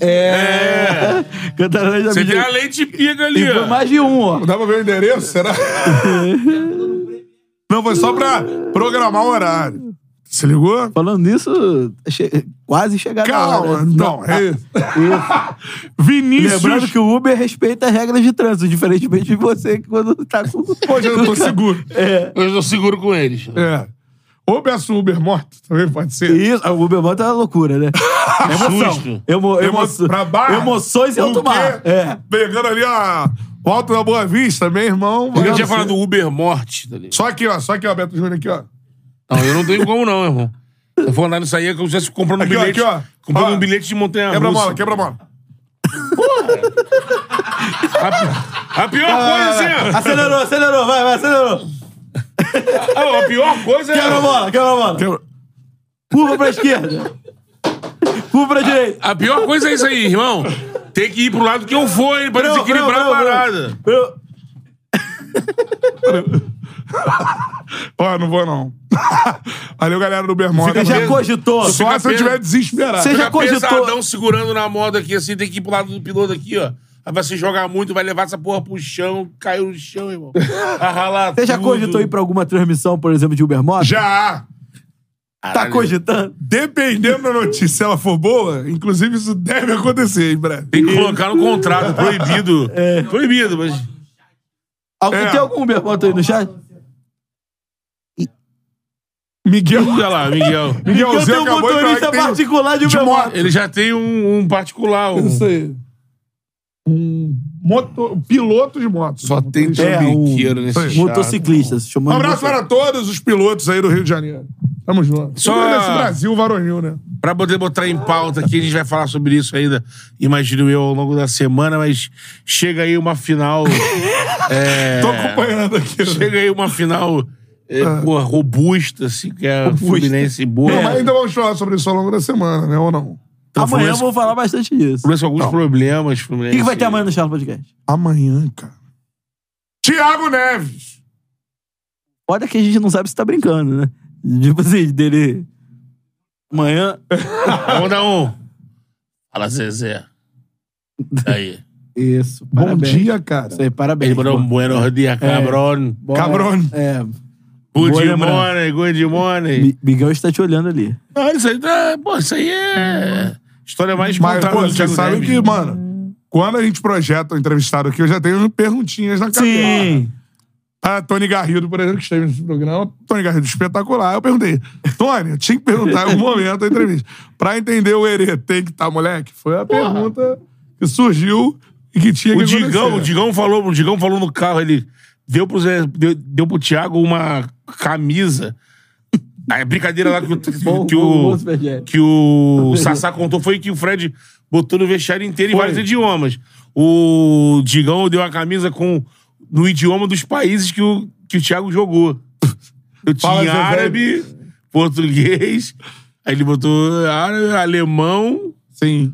É. Cantarelli já
Você tem
pediu.
a leite pica ali,
E foi
ó.
mais de um, ó.
Dá pra ver o endereço? Será? Não, foi só pra programar o horário. Se ligou?
Falando nisso, che- quase chegaram a
Calma.
hora. né?
Não, é isso. Vinícius.
Lembrando que o Uber respeita as regras de trânsito, diferentemente de você que quando tá com.
Hoje eu não tô seguro.
Eu tô seguro com eles.
É. Ou peço um Uber morto, também pode ser.
Isso, o Uber bota é loucura, né?
Susto.
Emo-
Emo, emoço-
pra barra.
emoções e alto
O quê?
mar. É.
Pegando ali a... o Alto da Boa Vista, meu irmão.
Porque
vai-
a gente ia falar do Uber Morte, tá ligado?
Só aqui, ó. Só aqui, ó, Beto Júnior, aqui, ó.
Não, eu não tenho como não, irmão. Se eu for andar nisso aí, é como se eu estivesse comprando um
Aqui, ó,
bilhete.
aqui, ó.
Comprando
Ó.
um bilhete de montanha
Quebra a mola, quebra a mola.
A, a pior coisa, assim,
Acelerou, acelerou, vai, vai, acelerou.
ó. Ó, A pior coisa é.
Quebra a bola, quebra a bola.
Quebra.
Curva pra esquerda. Curva pra direita.
A pior coisa é isso aí, irmão. Tem que ir pro lado que eu for, hein, pra
Não,
desequilibrar
não,
a
não,
parada.
Eu-
Ó, não vou, não. Valeu, galera do Uber morto.
Você já cogitou.
Só se eu
preso.
tiver desesperado.
Você já
Fica
cogitou.
Tá pesadão segurando na moda aqui, assim, tem que ir pro lado do piloto aqui, ó. Aí vai se jogar muito, vai levar essa porra pro chão, caiu no chão, irmão. Vai ralar
Você já
tudo.
cogitou ir pra alguma transmissão, por exemplo, de Uber Moto?
Já. né?
Tá cogitando?
Dependendo da notícia, se ela for boa, inclusive isso deve acontecer, hein, breve.
Tem que colocar no contrato, proibido.
É.
Proibido, mas.
Algu-
É.
Tem algum Uber Moto aí no chat?
Miguel,
Olha lá, Miguel.
Miguel
Eu
Zé
tenho um
acabou de falar que
motorista
tem
particular de
de
Uber Moto.
moto.
Ele já tem um, um particular. Um...
Isso aí. Um moto, um piloto de moto.
Só
É, um
tem trambiqueiro nesse
Foi.
chato.
Motociclistas.
Um
Chamando
abraço
motor-
para todos os pilotos aí do Rio de Janeiro. Tamo junto.
Só-
Só nesse Brasil varonil, né?
Pra poder botar em pauta aqui, a gente vai falar sobre isso ainda, imagino eu, ao longo da semana, mas chega aí uma final. é,
Tô acompanhando aqui.
Chega aí uma final é, porra, robusta, assim, que é Fluminense e boa.
Não, mas então- ainda vamos falar sobre isso ao longo da semana, né? Ou não?
Então,
Amanhã eu
Fluminense,
vou falar bastante disso. O
Fluminense com alguns problemas. Fluminense,
que, que vai ter amanhã no Charles Podcast?
Amanhã, cara. Tiago Neves.
Olha que a gente não sabe se tá brincando, né? Tipo assim, dele. Amanhã.
Vamos dar um. Fala, Zezé. Aí.
Isso.
Bom dia, cara.
Isso aí, parabéns.
Ele mandou um buenos dias, cabrón.
Bom-
Cabrone.
É. boa
Good
lembrança.
morning, good morning.
Mi- Miguel está te olhando ali.
Não, isso aí tá. Pô, isso aí é. História mais
Mas,
contada
pô,
do
vocês
Thiago
sabem
Neves.
que, mano, quando a gente projeta o entrevistado aqui, eu já tenho perguntinhas na cabeça. A Tony Garrido, por exemplo, que esteve nesse programa, Tony Garrido espetacular. Eu perguntei, Tony, eu tinha que perguntar em algum momento da entrevista. Pra entender o Herê, tem que estar, moleque? Foi a pergunta que surgiu e que tinha
O
que
Digão, o
acontecer.
Digão falou, o Digão falou no carro, ele deu pro, Zé, deu, deu pro Thiago uma camisa. A brincadeira lá que, o-
Bom,
que
bom,
o
bom, Superjet.
que o Sassá contou foi que o Fred botou no vestiário inteiro em
Foi.
vários idiomas. O Digão deu a camisa com no idioma dos países que o, que o Thiago jogou. Eu
Fala,
tinha
Zezé.
árabe, português, aí ele botou árabe, alemão,
Sim.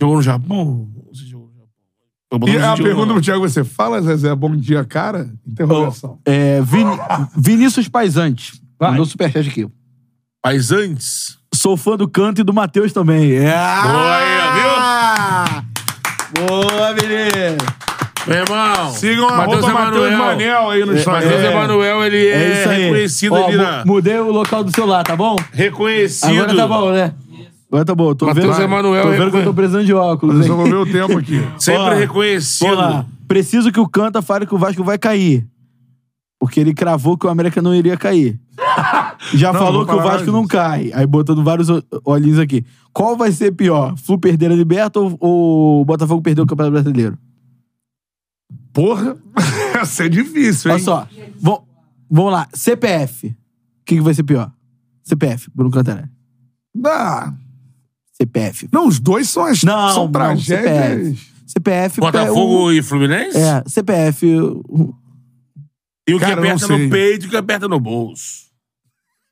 jogou no Japão. Não sei se jogou no Japão. Foi botar
E
nos
é a
idiomas.
pergunta pro Thiago, você fala, Zezé, bom dia, cara? Interrogação.
É, Vini- Vinícius Paisante. Mandou superchat aqui.
Mas antes.
Sou fã do canto e do Matheus também. É.
Boa aí,
Boa, menino.
viu? Meu irmão.
Sigam a
Matheus
roupa Matheus
Emanuel. É,
Manel aí no Instagram.
Matheus Emanuel, ele é,
É isso aí.
reconhecido
Ó,
ali né?
mu-
na.
Mudei o local do celular, tá bom?
Reconhecido.
Agora tá bom, né? Agora tá bom. Tô
Matheus
vendo,
Emanuel
tô vendo
reconhe- é
que eu tô precisando de óculos,
Vamos
hein?
resolver o tempo aqui.
Sempre
Ó,
reconhecido.
Vamos lá. Preciso que o Canta fale que o Vasco vai cair. Porque ele cravou que o América não iria cair. Já
Não,
falou
vou
que o
falar
Vasco
disso.
não cai. Aí botando vários o- olhinhos aqui. Qual vai ser pior? Flu perder a Liberta ou, ou o Botafogo perder o Campeonato Brasileiro?
Porra, essa é difícil, hein?
Olha só. Vom- vamos lá. CPF. O que, que vai ser pior? CPF, Bruno Cantarelli.
Ah,
CPF.
não, os dois são as
Não,
são
não,
tragédias.
CPF. CPF.
Botafogo e Fluminense?
É, o- é, CPF. o-
E o que
Cara, não
aperta
sei.
no peito e o que aperta no bolso.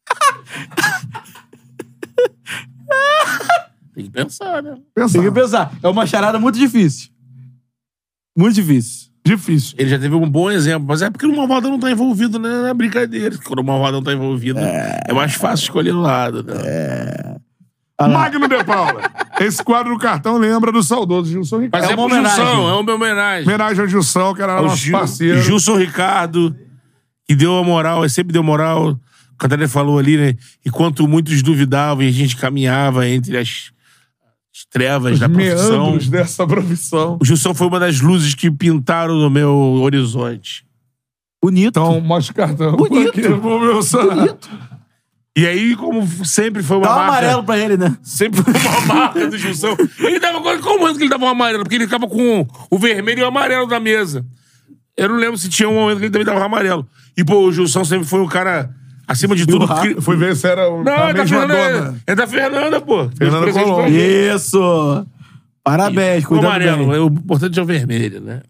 Tem que pensar, né?
Pensa,
Tem que pensar. É uma charada muito difícil. Muito difícil.
difícil.
Ele já teve um bom exemplo, mas é porque o Malvadão não tá envolvido, né? É brincadeira. Quando o Malvadão tá envolvido, é, mais fácil escolher o lado,
É.
né?
Ah,
Magno de Paula. Esse quadro do cartão lembra do saudoso Gilson Ricardo.
Mas é,
uma
uma
homenagem.
Gilson, é uma homenagem.
Homenagem ao Gilson, que era
Ao
nosso
Gil-
parceiro.
Gilson Ricardo, que deu a moral, ele sempre deu moral. O Catarina falou ali, né? Enquanto muitos duvidavam e a gente caminhava entre as, as trevas
Os
da profissão.
meandros né? dessa profissão.
O Gilson foi uma das luzes que pintaram no meu horizonte.
Bonito.
Então, mostra o cartão.
Bonito.
Aqui, vou ver o celular.
E aí, como sempre foi uma
Dá um
marca...
amarelo pra ele, né?
Sempre foi uma marca do Gilson. Ele dava... Como é que ele dava um amarelo? Porque ele ficava com o vermelho e o amarelo da mesa. Eu não lembro se tinha um momento que ele também dava amarelo. E, pô, o Gilson sempre foi um cara, acima de tudo...
rato.
cri-
Eu Fui ver se era um- tá o-
Não,
a
é da,
mesma
Fernanda,
dona.
é da Fernanda, pô.
Fernanda
Presente pra
Colombo.
gente.
Isso! Parabéns,
O
cuidado
amarelo,
bem.
é o importante é o vermelho, né?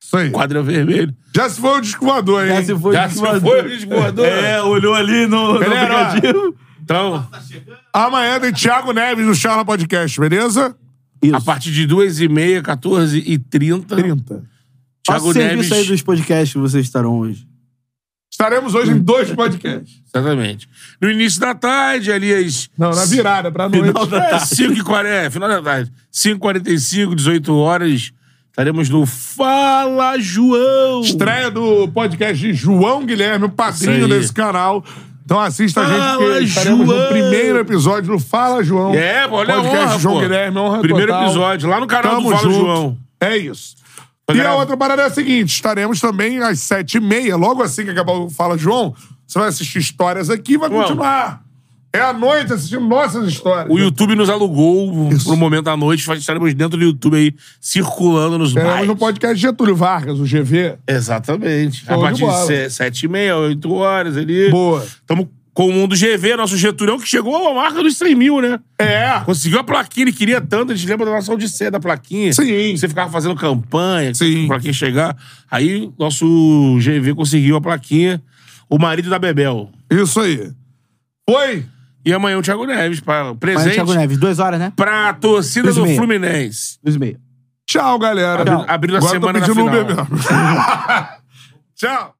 Isso aí.
O quadro é o vermelho.
Já se foi o disco voador, hein?
Já se foi
Já
o
se
voador.
foi o disco voador.
É, olhou ali no, no
Galera,
aplicativo.
Então,
Amanhã tem Thiago Neves no Charla Podcast, beleza?
a partir de 2h30, 14h30,
30.
Faça o
Thiago Neves...
serviço aí dos podcasts que vocês estarão hoje.
Estaremos hoje em dois podcasts.
Exatamente. No início da tarde, ali às
Não, na virada, pra noite.
Final da tarde.
5h40, é, final da tarde. 5h45, 18 horas, estaremos no Fala João.
Estreia do podcast de João Guilherme, o padrinho
Isso aí.
desse canal. Então assista a gente,
Fala,
que estaremos no
João!
primeiro episódio do Fala João.
É, pô, olha a
podcast
honra,
João
pô.
Guilherme, honra
Primeiro
total.
episódio, lá no canal
Tamo
do Fala
junto.
João.
É isso.
Tá
e a
ligado?
outra parada é a seguinte: estaremos também às sete e meia, logo assim que acabar o Fala João, você vai assistir histórias aqui e vai
Uau.
continuar. É à noite assistindo nossas histórias.
O YouTube nos alugou pro momento da noite. Faz- Estaremos dentro do YouTube aí, circulando nos
Teremos
bairros.
no podcast Getúlio Vargas, o GV.
É. Exatamente.
Show
a
de
partir
bola.
de se- sete e meia, oito horas ali.
Boa.
Estamos com o Mundo GV, nosso Getúlio, é que chegou à marca dos 100 mil, né?
É.
Conseguiu a plaquinha, ele queria tanto. A gente lembra da nossa odisseia da plaquinha.
Sim.
Você ficava fazendo campanha
Sim.
pra quem chegar. Aí, nosso GV conseguiu a plaquinha. O marido da Bebel.
Isso aí. Foi?
E amanhã o Thiago Neves, pra,
Mas,
presente
Thiago Neves, duas horas, né?
pra torcida
Dois e
do
meia.
Fluminense.
Duas e meia.
Tchau, galera.
Abri- abrindo a
Agora eu tô
semana da
pedindo
final.
Uber mesmo. Tchau.